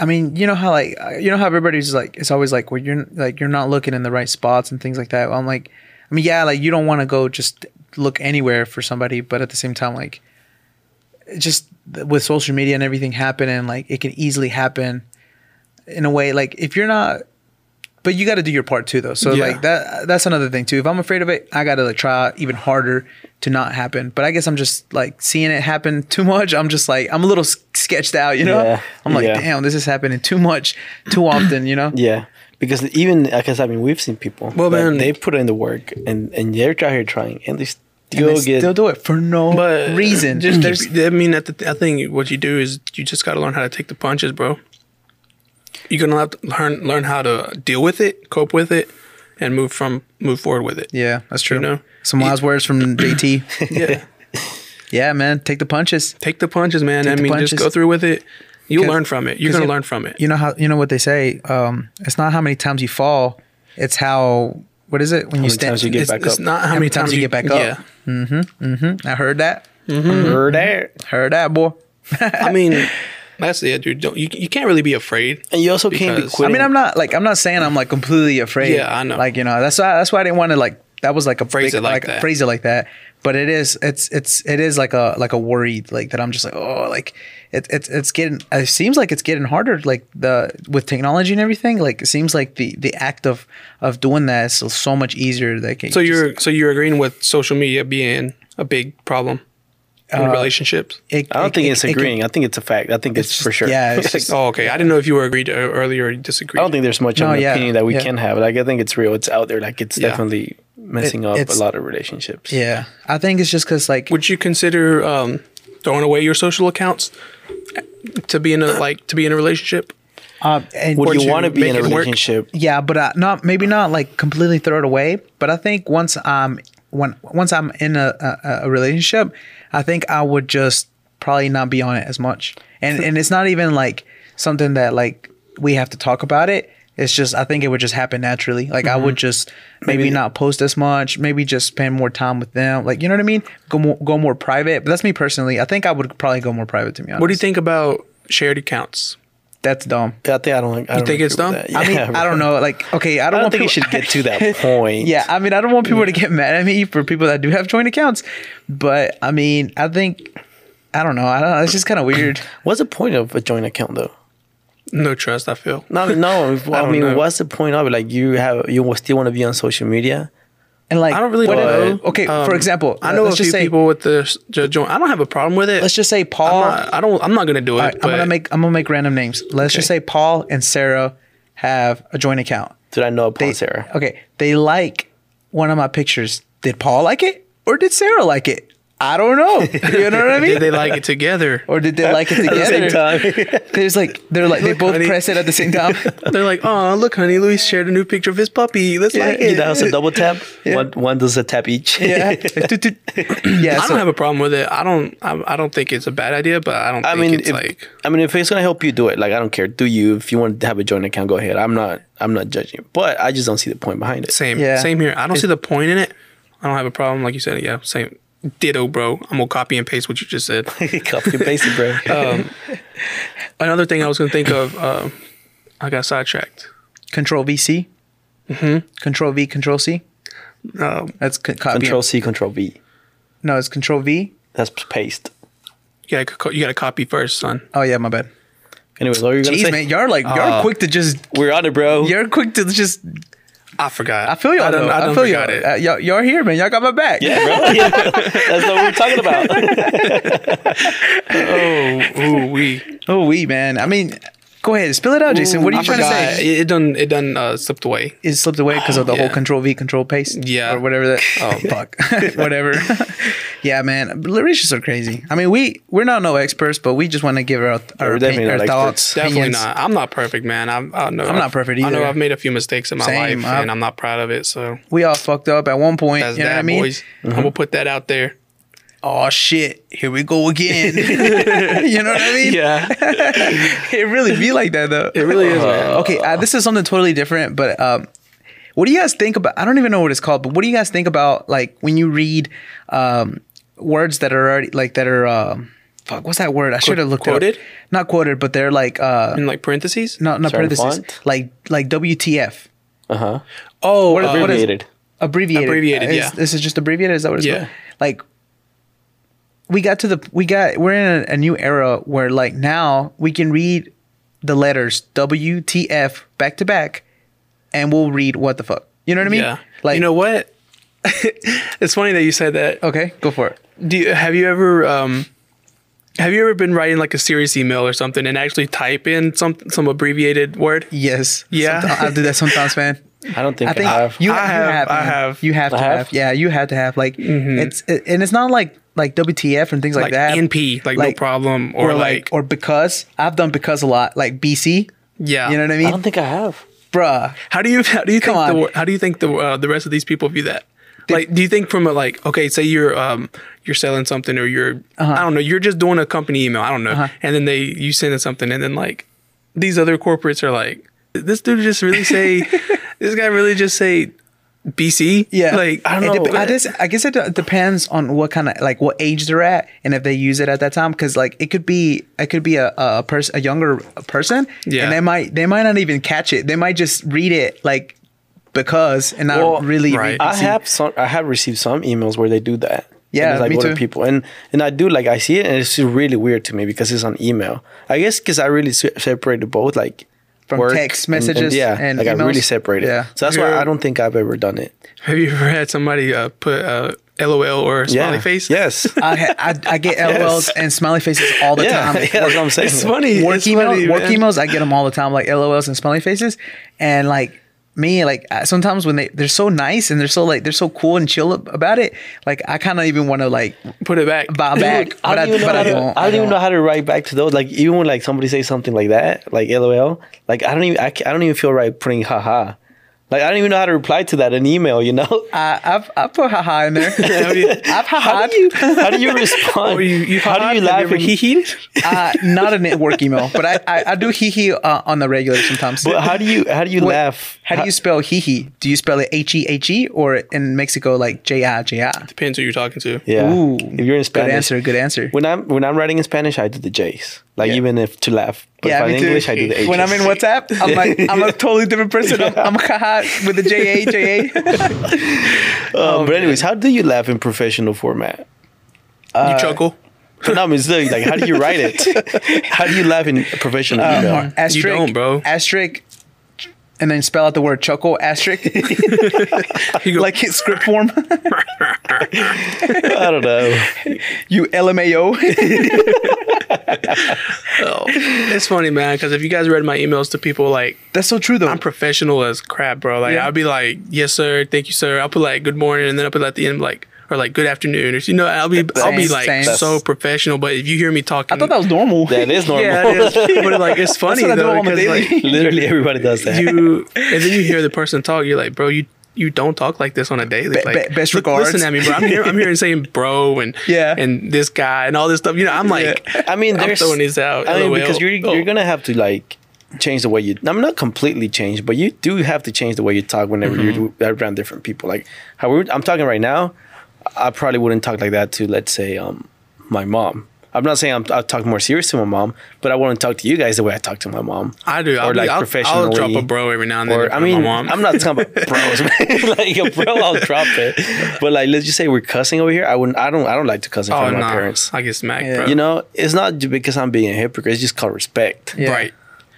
A: I mean, you know how like uh, you know how everybody's like it's always like well you're like you're not looking in the right spots and things like that. I'm like, I mean, yeah, like you don't want to go just look anywhere for somebody, but at the same time, like, it just with social media and everything happening, like it can easily happen in a way. Like if you're not, but you got to do your part too, though. So
C: Yeah.
A: like that that's another thing too. If I'm afraid of it, I got to like try even harder to not happen. But I guess I'm just like seeing it happen (laughs) too much. I'm just like I'm a little s- sketched out, you know.
B: Yeah.
A: I'm like,
B: Yeah.
A: damn, this is happening too much, too often, you know.
B: Yeah, because even because I mean we've seen people.
C: Well,
B: that
C: man-
B: they put in the work and and they're out here trying and they
A: And
B: still
A: they
B: get
A: still do it for no
C: but
A: reason. (clears throat)
C: Just there's, I mean, at the, I think what you do is you just got to learn how to take the punches, bro. You're gonna have to learn learn how to deal with it, cope with it, and move from move forward with it.
A: yeah, that's true.
C: You know?
A: (laughs) Some wise words from JT.
C: Yeah.
A: Yeah, man, take the punches.
C: Take the punches, man.
A: Take
C: I
A: the
C: mean,
A: punches.
C: just go through with it. You'll
A: 'Cause-
C: learn from it. You're
A: 'cause
C: gonna
A: you-
C: learn from it.
A: You know how you know what they say. Um, it's not how many times you fall; it's how what is it when you
B: many
A: stand.
B: times you get
C: it's,
B: back
C: it's
B: up.
C: not how,
A: How many times you get back up.
C: Yeah.
A: I heard that.
B: Heard that.
A: Heard that, boy.
C: I mean, that's it, dude. Don't you, you can't really be afraid.
B: And you also can't be
C: Because-
A: I
B: quitting.
A: mean, I'm not like I'm not saying I'm like completely afraid.
C: Yeah, I know.
A: Like you know, that's why that's why I didn't want to like that was like a
C: Phrase it like that.
A: phrase it like that. But it is it's it's it is like a like a worried like that. I'm just like oh like it, it's it's getting it seems like it's getting harder like the with technology and everything like it seems like the the act of of doing that is so, so much easier. Like it
C: So
A: just-
C: you're so you're agreeing with social media being a big problem in relationships.
A: it-
B: I don't
A: it-
B: think
A: it-
B: it's
A: it can-
B: agreeing. I think it's a fact. I think it's, for sure. (laughs)
A: yeah, it's just-
C: Oh, okay. I didn't know if you were agreed or earlier or disagreed.
B: I don't think there's much
A: No,
B: of an
A: yeah,
B: opinion that we
A: yeah.
B: can have. Like I think it's real. It's out there. Like it's
C: Yeah.
B: definitely messing
A: It-
B: up a
A: it's-
B: lot of relationships.
A: yeah. I think it's just because like
C: Would you consider um, throwing away your social accounts to be in a like to be in a relationship?
A: uh, and
B: Would you
C: you
B: want to be in a
C: make it work?
B: relationship?
A: Yeah, but uh, not maybe not like completely throw it away. But I think once I'm when once I'm in a, a, a relationship, I think I would just probably not be on it as much. And and it's not even like something that like we have to talk about it. It's just I think it would just happen naturally. Like I would just maybe, not post as much, maybe just spend more time with them. Like you know what I mean? Go more, go more private. But that's me personally. I think I would probably go more private to be honest.
C: What do you think about shared accounts?
A: That's dumb.
B: Yeah, I think I don't. like- I don't
C: think it's
B: agree with
C: dumb?
B: that. (laughs)
A: I mean,
B: Yeah,
A: I don't
B: bro.
A: know. Like, okay, I don't,
B: I don't
A: want
B: think you
A: people-
B: should get to
A: (laughs)
B: that point.
A: Yeah, I mean, I don't want people to get mad at me for people that do have joint accounts, but I mean, I think I don't know. I don't. know. It's just kind of
B: (clears throat)
A: weird.
B: What's the point of a joint account though?
C: No trust. I feel.
B: No,
A: (laughs)
B: no. if- I,
C: don't
B: mean,
C: know.
B: what's the point of it? Like you have, you still want to be on social media.
A: And like,
C: I don't really
A: what if-
C: know.
A: okay,
C: Um,
A: for example,
C: I know
A: let's
C: a few
A: just say,
C: people with the s- the joint. I don't have a problem with it.
A: Let's just say Paul.
C: I'm not, I don't. I'm not gonna do it.
A: all right, I'm
C: but
A: gonna make. I'm gonna make random names. Let's just say Paul and Sarah have a joint account.
B: Did I know upon
A: They- (laughs)
B: Sarah?
A: Okay, they like one of my pictures. Did Paul like it or did Sarah like it? I don't
B: (laughs)
A: know. You know what I mean?
C: Did they like it together?
A: (laughs) or did they like it together?
B: time.
A: There's (laughs) like they're like they both
C: honey.
A: press it at the same
C: (laughs)
A: time.
C: They're like, oh, look, honey, Luis shared a new picture of his puppy. Let's like
B: You
C: it.
B: know, it's a double tap. One, one does a tap each.
A: yeah, yeah.
C: I
A: so-
C: don't have a problem with it. I don't. I, I don't think it's a bad idea, but I
B: (laughs)
C: don't.
B: I
C: think
B: mean,
C: it's
B: if,
C: like
B: I mean, if it's gonna help you do it, like I don't care. Do you? If you want to have a joint account, go ahead. I'm not. I'm not judging. you. But I just don't see the point behind it.
C: same.
A: Yeah.
C: Same here. I don't see the point in it. I don't have a problem, like you said. Yeah, same. Ditto, bro. I'm gonna copy and paste what you
A: (laughs)
C: just
B: (laughs)
C: said.
B: Copy and paste it, bro.
A: Oh,
C: Another thing I was gonna think of. Um, I got sidetracked.
A: Control VC. Mm-hmm. Control V, Control C.
C: Um,
A: That's c- copy.
B: control C, Control V.
A: No, it's Control V.
B: That's paste.
C: you gotta co- you gotta copy first, son.
A: Oh yeah, my bad.
B: Anyways, what are you gonna
A: Jeez,
B: say?
A: man, you're like you're
C: Ah.
B: Uh,
A: quick to just
B: We're on it, bro.
A: you're quick to just.
C: I forgot.
A: I feel y'all.
C: I
A: though.
C: done-
A: I,
C: I done
A: feel y'all.
C: forgot it.
A: Uh, y'all. Y'all here, man. Y'all got my back.
B: (laughs) Yeah, bro. (laughs) Yeah. That's what we're
A: (laughs)
B: talking about.
C: Oh, ooh, we.
A: Oh, we man. I mean, go ahead, spill it out, Jason. What are you
C: I
A: trying
C: forgot.
A: to say?
C: It, it done. It done uh, slipped away.
A: It slipped away because of the whole
C: Yeah.
A: Control V, Control paste.
C: Yeah.
A: or whatever
C: (laughs)
A: that. Oh fuck, (laughs) whatever. yeah, man. Relationships are crazy. I mean, we we're not no experts, but we just want to give our our,
B: we're
A: opinion-
B: definitely
A: our
B: not
A: thoughts.
B: experts.
C: Definitely
A: opinions.
C: not. I'm not perfect, man. I'm. I know. I'm
A: not perfect
C: I know
A: either.
C: I've made a few mistakes in my
A: Same,
C: life,
A: I-
C: and I'm not proud of it. So
A: we all fucked up at one point.
C: that's
A: you know
C: that,
A: what I mean?
C: boys. I'm gonna put that out there.
A: Oh shit! Here we go
C: (laughs)
A: again. (laughs) you know what I mean?
B: Yeah.
A: It really be like that though. It
C: really is, man.
A: Okay, uh, this is something totally different, but um, what do you guys think about? I don't even know what it's called, but what do you guys think about like when you read um words that are already like that are um fuck what's that word? I should have looked it up.
C: quoted?
A: Not quoted, but they're like uh
C: In like parentheses.
A: not not
B: Sorry,
A: parentheses
B: font?
A: like like WTF
B: Uh huh.
C: Oh,
A: what is- what is-
B: Abbreviated.
A: abbreviated.
C: Abbreviated,
A: Is-
C: yeah.
A: This is just abbreviated. Is that what it's
C: Yeah.
A: called? Like, we got to the we got we're in a, a new era where like now we can read the letters WTF back to back, and we'll read what the fuck. You know what I mean?
C: yeah.
A: Like,
C: you know what? (laughs) it's funny that you said that.
A: okay, go for it.
C: Do you, have you ever um, have you ever been writing like a serious email or something and actually type in some some abbreviated word?
A: Yes.
C: Yeah.
A: Somet- I do that sometimes,
C: (laughs)
A: man.
B: I don't think
A: I
B: I,
A: think
B: have.
A: you,
C: I
A: you
C: have,
A: have,
C: I
A: man.
C: have. Mm-hmm.
A: you have to
B: I
A: have.
B: have?
A: yeah you have to have like it's it, and it's not like like WTF and things like,
C: Like
A: that
C: NP, like, no problem, or, like,
A: or because I've done because a lot like BC
C: yeah.
A: you know what I mean
B: I don't think I have.
A: bruh.
C: How do you how do you
A: Come
C: think the
A: on.
C: wor- how do you think the uh, the rest of these people view that? Like, do you think from a like okay, say you're um you're selling something or you're
B: Uh-huh.
C: I don't know you're just doing a company email I don't know and then they you send in something and then like these other corporates are like "Did this dude just really
B: (laughs)
C: say this guy really just say BC
A: Yeah,
C: like I don't
A: It
C: know
A: dep- I just, I guess it de- depends on what kind of like what age they're at and if they use it at that time. Because like it could be, it could be a a person, a younger person,
C: Yeah.
A: and they might they might not even catch it. They might just read it like because and not
B: Well,
A: really.
C: right.
A: Read,
B: I
A: see-
B: have some. I have received some emails where they do that.
A: Yeah,
B: and it's like
A: me
B: older
A: too.
B: people, and and I do like I see it, and it's just really weird to me because it's on email. I guess because I really se- separated both, like
A: From text
B: and- and-
A: messages
B: yeah,
A: and
B: like I really
A: emails?
B: separated.
A: Yeah.
B: Yeah, so that's why
C: Yeah.
B: I don't think I've ever done it.
C: have you ever had somebody uh, put uh, LOL or a smiley
B: yeah.
A: (laughs)
C: face
B: Yes.
A: I, ha- I, I
C: (laughs)
A: get LOLs and smiley faces all the
B: yeah,
A: time.
B: (laughs) yeah, that's what I'm saying.
C: It's funny.
A: Work
C: it's
A: email,
C: funny,
A: work
C: man.
A: emails. I get them all the time, like LOLs and smiley faces, and like me, like I- sometimes when they they're so nice and they're so like they're so cool and chill ab- about it, like I kind of even want to like
C: Put it back.
A: bow
B: (laughs)
C: (laughs)
A: back, but
B: I
A: I,
B: don't, even know
A: but
B: how
A: I
B: to-
A: don't.
B: I don't even
A: don't.
B: know how to write back to those. Like even when like somebody says something like that, like LOL, like I don't even I, ca- I don't even feel right putting haha. Like I don't even know how to reply to that in email. You
A: (laughs)
B: know.
A: I, I've I put haha in there.
C: Have you-
A: (laughs) I've
B: (laughs) How
A: haha.
B: do you how do you
A: Oh,
B: respond?
C: Or Oh, you, you
B: how do you laugh
A: (laughs)
B: and
C: He heated.
A: Uh, not a network email, but I I, I do hee hee uh, on the regular sometimes.
B: But how do you how do you
A: Wait,
B: laugh?
A: How do you spell hee hee? Do you spell it H E H E or in Mexico like J I J I?
C: Depends who you're talking to.
B: Yeah.
A: Ooh,
B: if you're in Spanish,
A: Good answer. Good answer.
B: When I'm when I'm writing in Spanish, I do the J's. Like
C: Yeah.
B: even if to laugh. But if I'm in
A: me too.
B: English, I do the H's.
A: (laughs) When I'm in WhatsApp, I'm like,
B: (laughs)
A: I'm a totally different person. I'm, I'm a haha with the J A
B: (laughs)
A: J A. oh,
B: Um, but anyways, how do you laugh in professional format?
C: you chuckle. (laughs)
B: But no, I mean, seriously, like how do you write
A: (laughs)
B: it? how do you laugh in professional
A: Um,
B: email?
A: Asterisk,
C: don't, bro.
A: Asterisk, and then spell out the word chuckle.
B: (laughs)
A: Asterisk,
C: You go,
A: like it's script form. (laughs)
B: I don't know.
A: you
B: (laughs)
A: LMAO.
C: oh. (laughs) it's funny, man. Because if you guys read my emails to people, like
A: That's so true though.
C: I'm professional as crap, bro. Like
A: Yeah.
C: I'll be like, yes, sir, thank you, sir. I'll put like good morning, and then I'll put at the end like or like good afternoon, or you know, I'll be I'll be
A: Same,
C: like
A: same.
C: so professional. But if you hear me talking,
A: I thought that was normal.
B: That is normal.
C: (laughs)
B: (laughs)
C: yeah, it is. but
A: (laughs)
C: like it's funny
A: what I do
C: though
A: on the
C: because
A: daily.
C: like
B: Literally everybody does that.
C: you and then you hear the person talk, you're like, bro, you. You don't talk like this on a daily.
A: Be-
C: like,
A: be- best
C: look-
A: regards.
C: Listen at me, bro. I'm here. I'm here and saying, bro, and
A: (laughs) Yeah.
C: and this guy and all this stuff. You know, I'm like,
B: (laughs) I mean,
C: I'm
B: there's,
C: throwing these out.
B: I mean,
C: LOL.
B: because you're
C: Oh.
B: you're gonna have to like change the way you. I'm mean, not completely change, but you do have to change the way you talk whenever
C: Mm-hmm.
B: you're around different people. Like how we're, I'm talking right now, I probably wouldn't talk like that to let's say um my mom. I'm not saying I'm, I'll talk more serious to my mom, but I wouldn't talk to you guys the way I talk to my mom.
C: I do. I'll,
B: or
C: be-
B: like
C: I'll, I'll
B: professionally.
C: drop a bro every now and then.
B: Or
C: if
B: I
C: I'm
B: mean,
C: my mom.
B: I'm not talking about
C: (laughs)
B: bros, man. (laughs) like a bro, I'll drop it. But like, let's just say we're cussing over here. I wouldn't. I don't. I don't like to cuss in
C: Oh
B: front
C: no,
B: of my parents.
C: I get smacked,
A: Yeah.
C: bro.
B: You know, it's not ju- because I'm being a hypocrite. It's just called respect.
A: Yeah. Uh-huh.
C: right?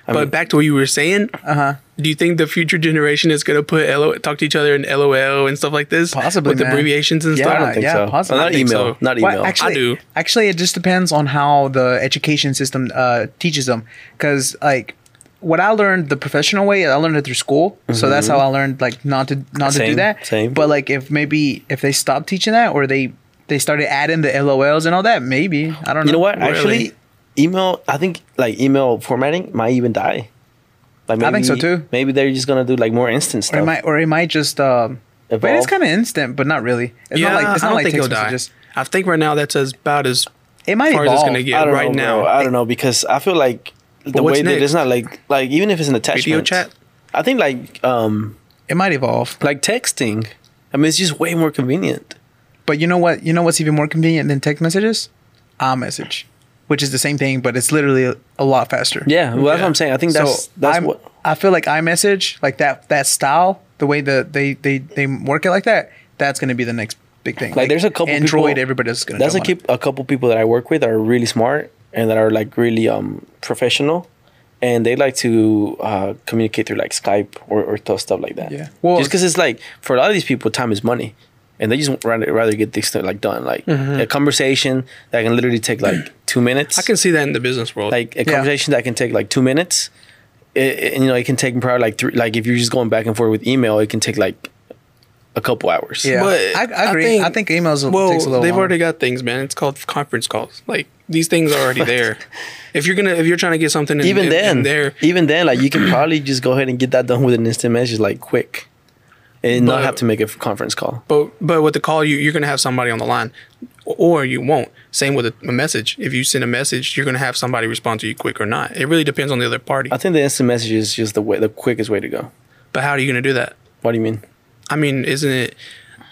C: but back to what you were saying. Uh huh. Do you think the future generation is gonna put LO, talk to each other in LOL and stuff like this?
A: Possibly,
C: with
A: man.
C: abbreviations and
A: Yeah,
C: stuff.
B: I don't think
A: yeah,
B: so.
A: possibly.
B: Not
A: I think
B: email.
C: so.
B: Not
A: Well,
B: email.
A: actually,
C: I do.
A: Actually, it just depends on how the education system uh, teaches them. Because like what I learned the professional way, I learned it through school. So that's how I learned like not to not to do
B: Same,
A: that.
B: same.
A: But like if maybe if they stopped teaching that or they they started adding the LOLs and all that, maybe I don't know.
B: you know what?
C: Really?
B: Actually, email. I think like email formatting might even die. Like
A: I think so, too.
B: Maybe they're just gonna do like more instant
A: Or it
B: stuff.
A: might or it might just. Um, but it's
B: Evolve.
A: kind of instant, but not really. It's
C: Yeah,
A: not like it's
C: I
A: not
C: don't
A: like
C: think it'll
A: text
C: die.
A: messages.
C: I think right now that's as about as
A: It might
C: far as
A: evolve.
C: it's gonna get
B: I don't
C: right
B: know, bro.
C: now.
B: I don't know because I feel like the
C: what's
B: way that
C: next?
B: it's not like like even if it's an attachment.
C: Video chat?
B: I think like um
A: It might evolve.
B: like texting. I mean, it's just way more convenient.
A: But you know what? You know what's even more convenient than text messages? iMessage, which is the same thing, but it's literally a lot faster.
B: Yeah, well, that's what I'm saying. I think
A: So
B: that's that's
A: I'm,
B: what
A: I feel like iMessage, like that that style, the way that they they they work it like that, that's going to be the next big thing.
B: like, there's a couple
A: Android.
B: people,
A: everybody's going to.
B: that's a, keep, a couple people that i work with that are really smart and that are like really um professional and they like to uh, communicate through like skype or, or th- stuff like that
A: Yeah.
B: well
A: Well-
B: just because it's like for a lot of these people time is money and they just rather, rather get things like done like
A: Mm-hmm.
B: a conversation that can literally take like two minutes
C: I can see that in the business world.
B: like a conversation that can take like two minutes it, it- you know it can take probably like three like if you're just going back and forth with email it can take like a couple hours
A: Yeah,
C: But
A: I, I agree. I think, emails will-
C: well,
A: takes a little.
C: they've
A: longer.
C: already got things, man. It's called conference calls. Like these things are
A: (laughs)
C: already there. If you're gonna, if you're trying to get something, in,
B: even
C: in-
B: then,
C: in there,
B: even then, like you can probably just go ahead and get that done with an instant message, like quick, and
C: But-
B: not have to make a f- conference call.
C: But but with the call, you you're gonna have somebody on the line. or you won't. Same with a, a message. If you send a message, you're going to have somebody respond to you quick or not. It really depends on the other party.
B: I think the instant message is just the way, the quickest way to go.
C: But how are you going to do that?
B: What do you mean?
C: I mean, isn't it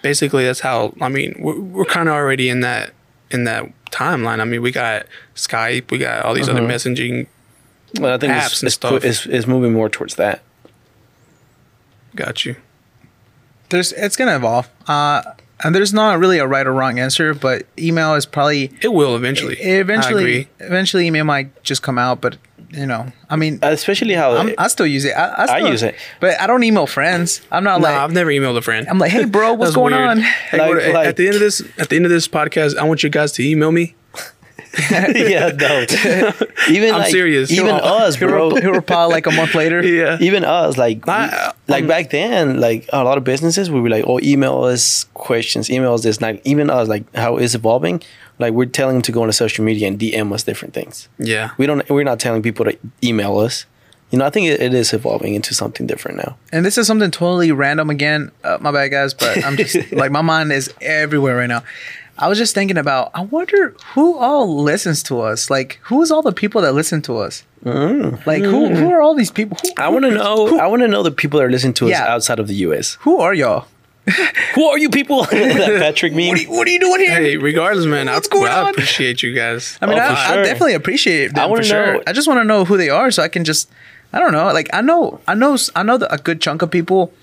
C: basically that's how? I mean, we're, we're kind of already in that in that timeline. I mean, we got Skype, we got all these other
A: Uh-huh.
C: messaging.
B: Well, I think it's-
C: Apps and
B: it's, pu-
C: stuff.
B: it's, it's moving more towards that.
C: Got you.
A: There's it's gonna evolve. Uh, and there's not really a right or wrong answer, but email is probably
C: It will eventually. I
A: eventually.
C: agree.
A: Eventually, email might just come out, but you know, I mean,
B: Especially how
A: I'm, I still use it. I, I, still,
B: use it.
A: but I don't email friends. I'm not
C: No,
A: like
C: I've never emailed a friend.
A: I'm like, hey, bro, what's
C: That's
A: going
C: weird.
A: on?
C: Hey,
B: Like-
C: what-
B: like-
C: at the end of this, at the end of this podcast, I want you guys to email me.
B: (laughs) yeah, no.
C: (laughs)
B: even
C: I'm
B: like,
C: serious.
B: Even
C: He'll-
B: us,
C: (laughs)
A: He'll,
B: bro.
A: rep- he'll reply like a month later.
B: even us, like we-
C: I-
B: like back then, like a lot of businesses, we were like, oh, email us questions, email us this. Like even us, like how it's evolving. Like we're telling them to go on social media and DM us different things.
C: Yeah.
B: We don't. We're not telling people to email us. You know, I think it, it is evolving into something different now.
A: And this is something totally random again. Uh, my bad, guys, but I'm
B: (laughs)
A: just like my mind is everywhere right now. I was just thinking about. I wonder who all listens to us. Like, who's all the people that listen to us? Like, who who are all these people? Who,
B: Mm. I want to know. I want to know the people that are listening to us
A: Yeah.
B: outside of the U.S.
A: who are y'all?
B: Who are you people? (laughs) that Patrick meme.
A: What are you doing here?
C: Hey, regardless, man, I,
A: What's going
C: I
A: on?
C: appreciate you guys.
A: I mean,
B: Oh,
A: I,
B: for
A: I
B: sure.
A: definitely appreciate them
B: I wanna
A: for sure.
B: know-
A: I just want to know who they are, so I can just, I don't know. Like, I know, I know, I know that a good chunk of people,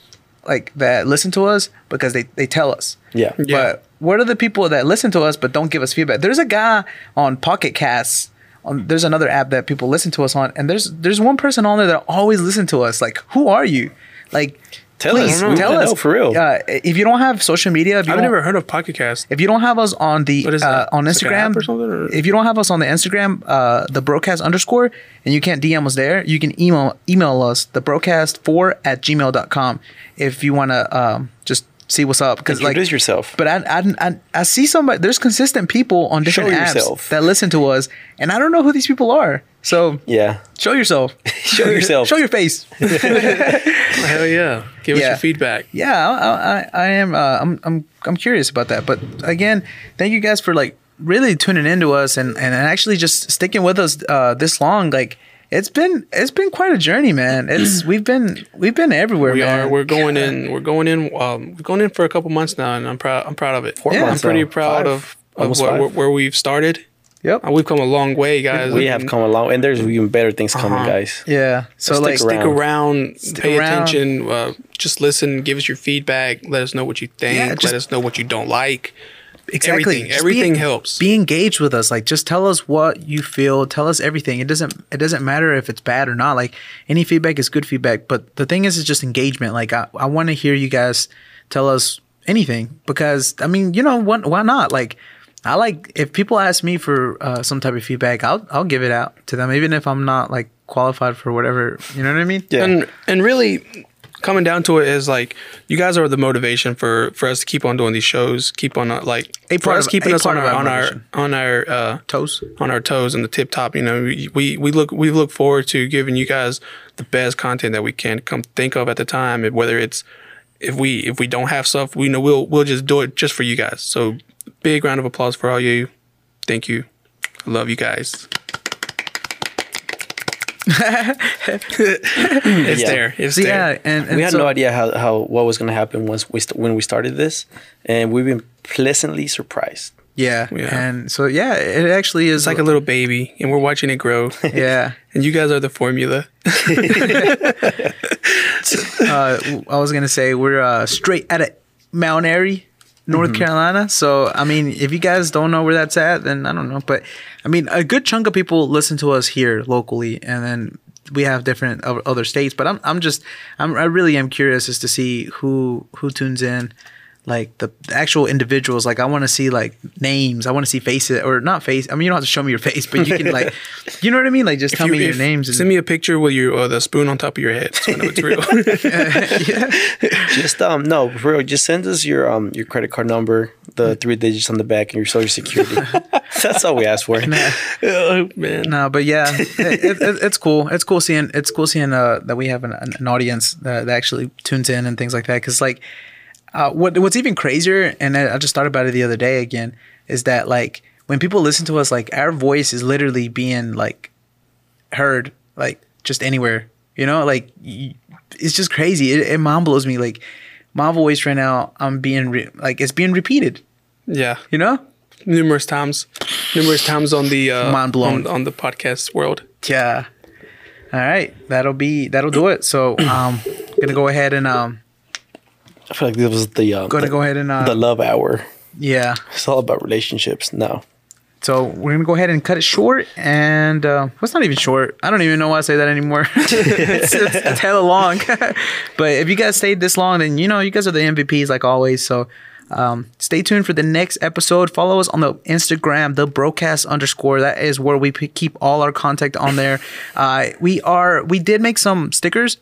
A: like that, listen to us because they they tell us.
B: Yeah.
C: Yeah.
A: But what are the people that listen to us but don't give us feedback? There's a guy on Pocket Casts. On, there's another app that people listen to us on, and there's there's one person on there that always listen to us. Like, who are you? Like,
B: Tell
A: please
B: us. We
A: tell
B: wanna
A: us
B: know for real.
A: Uh, if you don't have social media, if you
C: I've
A: don't-
C: never heard of Pocket Cast.
A: if you don't have us on the
C: What is
A: uh,
C: that?
A: on
C: It's like an
A: Instagram,
C: app or something, or-
A: if you don't have us on the Instagram, uh, the broadcast underscore, and you can't DM us there, you can email email us the broadcast four at gmail.com if you want to um, just see what's up. Because like
B: Introduce yourself.
A: But I, I I I see somebody. There's consistent people on different
B: Show
A: apps
B: yourself.
A: that listen to us, and I don't know who these people are. So
B: Yeah.
A: show
C: (laughs)
A: yourself.
B: Show yourself.
A: (laughs) show your face.
C: Hell yeah! Give us
A: Yeah.
C: your feedback.
A: yeah, I, I, I am. Uh, I'm, I'm, I'm curious about that. But again, thank you guys for like really tuning into us and and actually just sticking with us uh, this long. Like it's been it's been quite a journey, man. It's we've been we've been everywhere.
C: We
A: man.
C: are. We're going in. We're going in. Um, we're going in for a couple months now, and I'm proud. I'm proud of it.
B: Four
A: Yeah.
B: months
C: I'm pretty
B: now.
C: proud
B: Five.
C: of, of
B: Almost
C: what,
B: five.
C: where, where we've started.
A: Yep.
C: Uh, We've come a long way, guys.
B: We have come along, and there's even better things coming,
C: Uh-huh.
B: guys.
A: Yeah. So like
B: Stick
C: Stick around, pay
A: around.
C: attention, uh, just listen, give us your feedback, let us know what you think,
A: Yeah, just-
C: let us know what you don't like.
A: exactly
C: Everything,
A: Just
C: everything
A: be,
C: helps.
A: Be engaged with us. Like just tell us what you feel. Tell us everything. It doesn't it doesn't matter if it's bad or not. Like any feedback is good feedback. But the thing is, is just engagement. Like I, I want to hear you guys tell us anything because I mean you know why, why not like. I like if people ask me for uh, some type of feedback, I'll I'll give it out to them, even if I'm not like qualified for whatever. You know what I mean?
B: Yeah.
C: and and really coming down to it is like you guys are the motivation for for us to keep on doing these shows keep on uh, like
A: A
C: for
A: part
C: us
A: of-
C: keeping
A: a
C: us on
A: part
C: our
A: of our
C: on our
A: motivation.
C: on our uh
A: Toes.
C: on our toes and the tip top you know we we we look we look forward to giving you guys the best content that we can come think of at the time and whether it's if we if we don't have stuff we know we'll we'll just do it just for you guys so big round of applause for all you thank you I love you guys it's
B: Yeah.
C: there it's
A: So
C: there
A: yeah, and, and
B: we had
A: so-
B: no idea how, how what was going to happen once we st- when we started this, and we've been pleasantly surprised.
A: Yeah.
C: Yeah.
A: and so yeah, it actually is
C: It's like a little baby, and we're watching it grow.
A: (laughs) yeah.
C: and you guys are the formula.
A: uh, w- I was gonna say we're uh, straight out of Mount Airy, North
C: Mm-hmm.
A: Carolina. So I mean, if you guys don't know where that's at, then I don't know. But I mean, a good chunk of people listen to us here locally, and then we have different o- other states. But I'm I'm just I'm I really am curious as to see who who tunes in. Like the the actual individuals, like I want to see like names. I want to see faces or not face. I mean, you don't have to show me your face, but you can
C: (laughs)
A: like, you know what I mean. Like just tell
C: You-
A: me your
C: if-
A: names. And,
C: Send me a picture with your uh, the spoon on top of your head. So I know
A: (laughs)
C: it's real.
B: Just um no, for real, just send us your um your credit card number, the three digits on the back, and your
A: (laughs)
B: social security. That's all we asked for.
C: oh man,
A: No, but yeah, it, it, it, it's cool. It's cool seeing it's cool seeing uh, that we have an, an, an audience that, that actually tunes in and things like that. Because like, uh, what what's even crazier, and I, I just thought about it the other day again, is that like when people listen to us, like our voice is literally being like heard like just anywhere. You know, like y- it's just crazy. It, it mind blows me. Like my voice right now, I'm being re- like it's being repeated.
C: Yeah,
A: You know?
C: numerous times, numerous times on the uh,
A: Mind blown.
C: on, on the podcast world.
A: Yeah. All right, that'll be that'll do it. So um, gonna go ahead and um,
B: I feel like this was the um,
A: gonna
B: the,
A: go ahead and uh,
B: the love hour.
A: yeah.
B: It's all about relationships now.
A: So we're gonna go ahead and cut it short, and uh, well, it's not even short. I don't even know why I say that anymore. (laughs) it's, it's, it's hella long. (laughs) but if you guys stayed this long, then you know you guys are the MVPs like always. So um, stay tuned for the next episode. Follow us on the Instagram, the broadcast underscore. That is where we p- keep all our contact on there. (laughs) Uh, we are we did make some stickers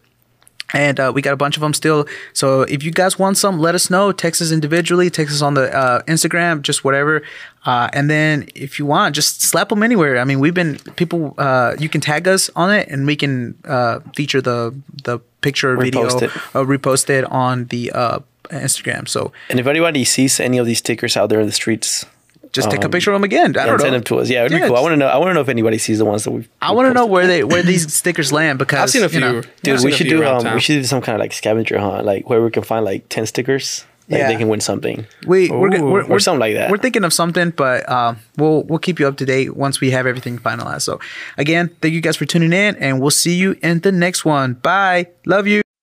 A: and uh, we got a bunch of them still. So if you guys want some, let us know. Text us individually. Text us on the uh, Instagram, just whatever. Uh, and then if you want, just slap them anywhere. I mean, we've been people. Uh, you can tag us on it, and we can uh, feature the the picture or video
B: Repost it.
A: uh, reposted on the uh, Instagram. So
B: And if anybody sees any of these stickers out there in the streets,
A: just take a
B: Um,
A: picture of them again. I don't
B: and
A: know.
B: send them to us. Yeah, it'd
A: Yeah,
B: be cool. I
A: just-
B: want to know. I want to know if anybody sees the ones that we've.
A: I want to know where they where these stickers
B: (laughs)
A: land because
C: I've seen a
A: you
C: few.
A: know,
B: Dude,
C: I've
B: we
C: seen a
B: should
C: few
B: do
C: around
B: um,
C: town.
B: we should do some kind of like scavenger hunt, like where we can find like ten stickers. Like
A: Yeah.
B: they can win something.
A: We we're, g-
C: Ooh.
A: we're,
C: Or
A: we're-
B: something like that.
A: We're thinking of something, but um, we'll we'll keep you up to date once we have everything finalized. So again, thank you guys for tuning in, and we'll see you in the next one. Bye. Love you.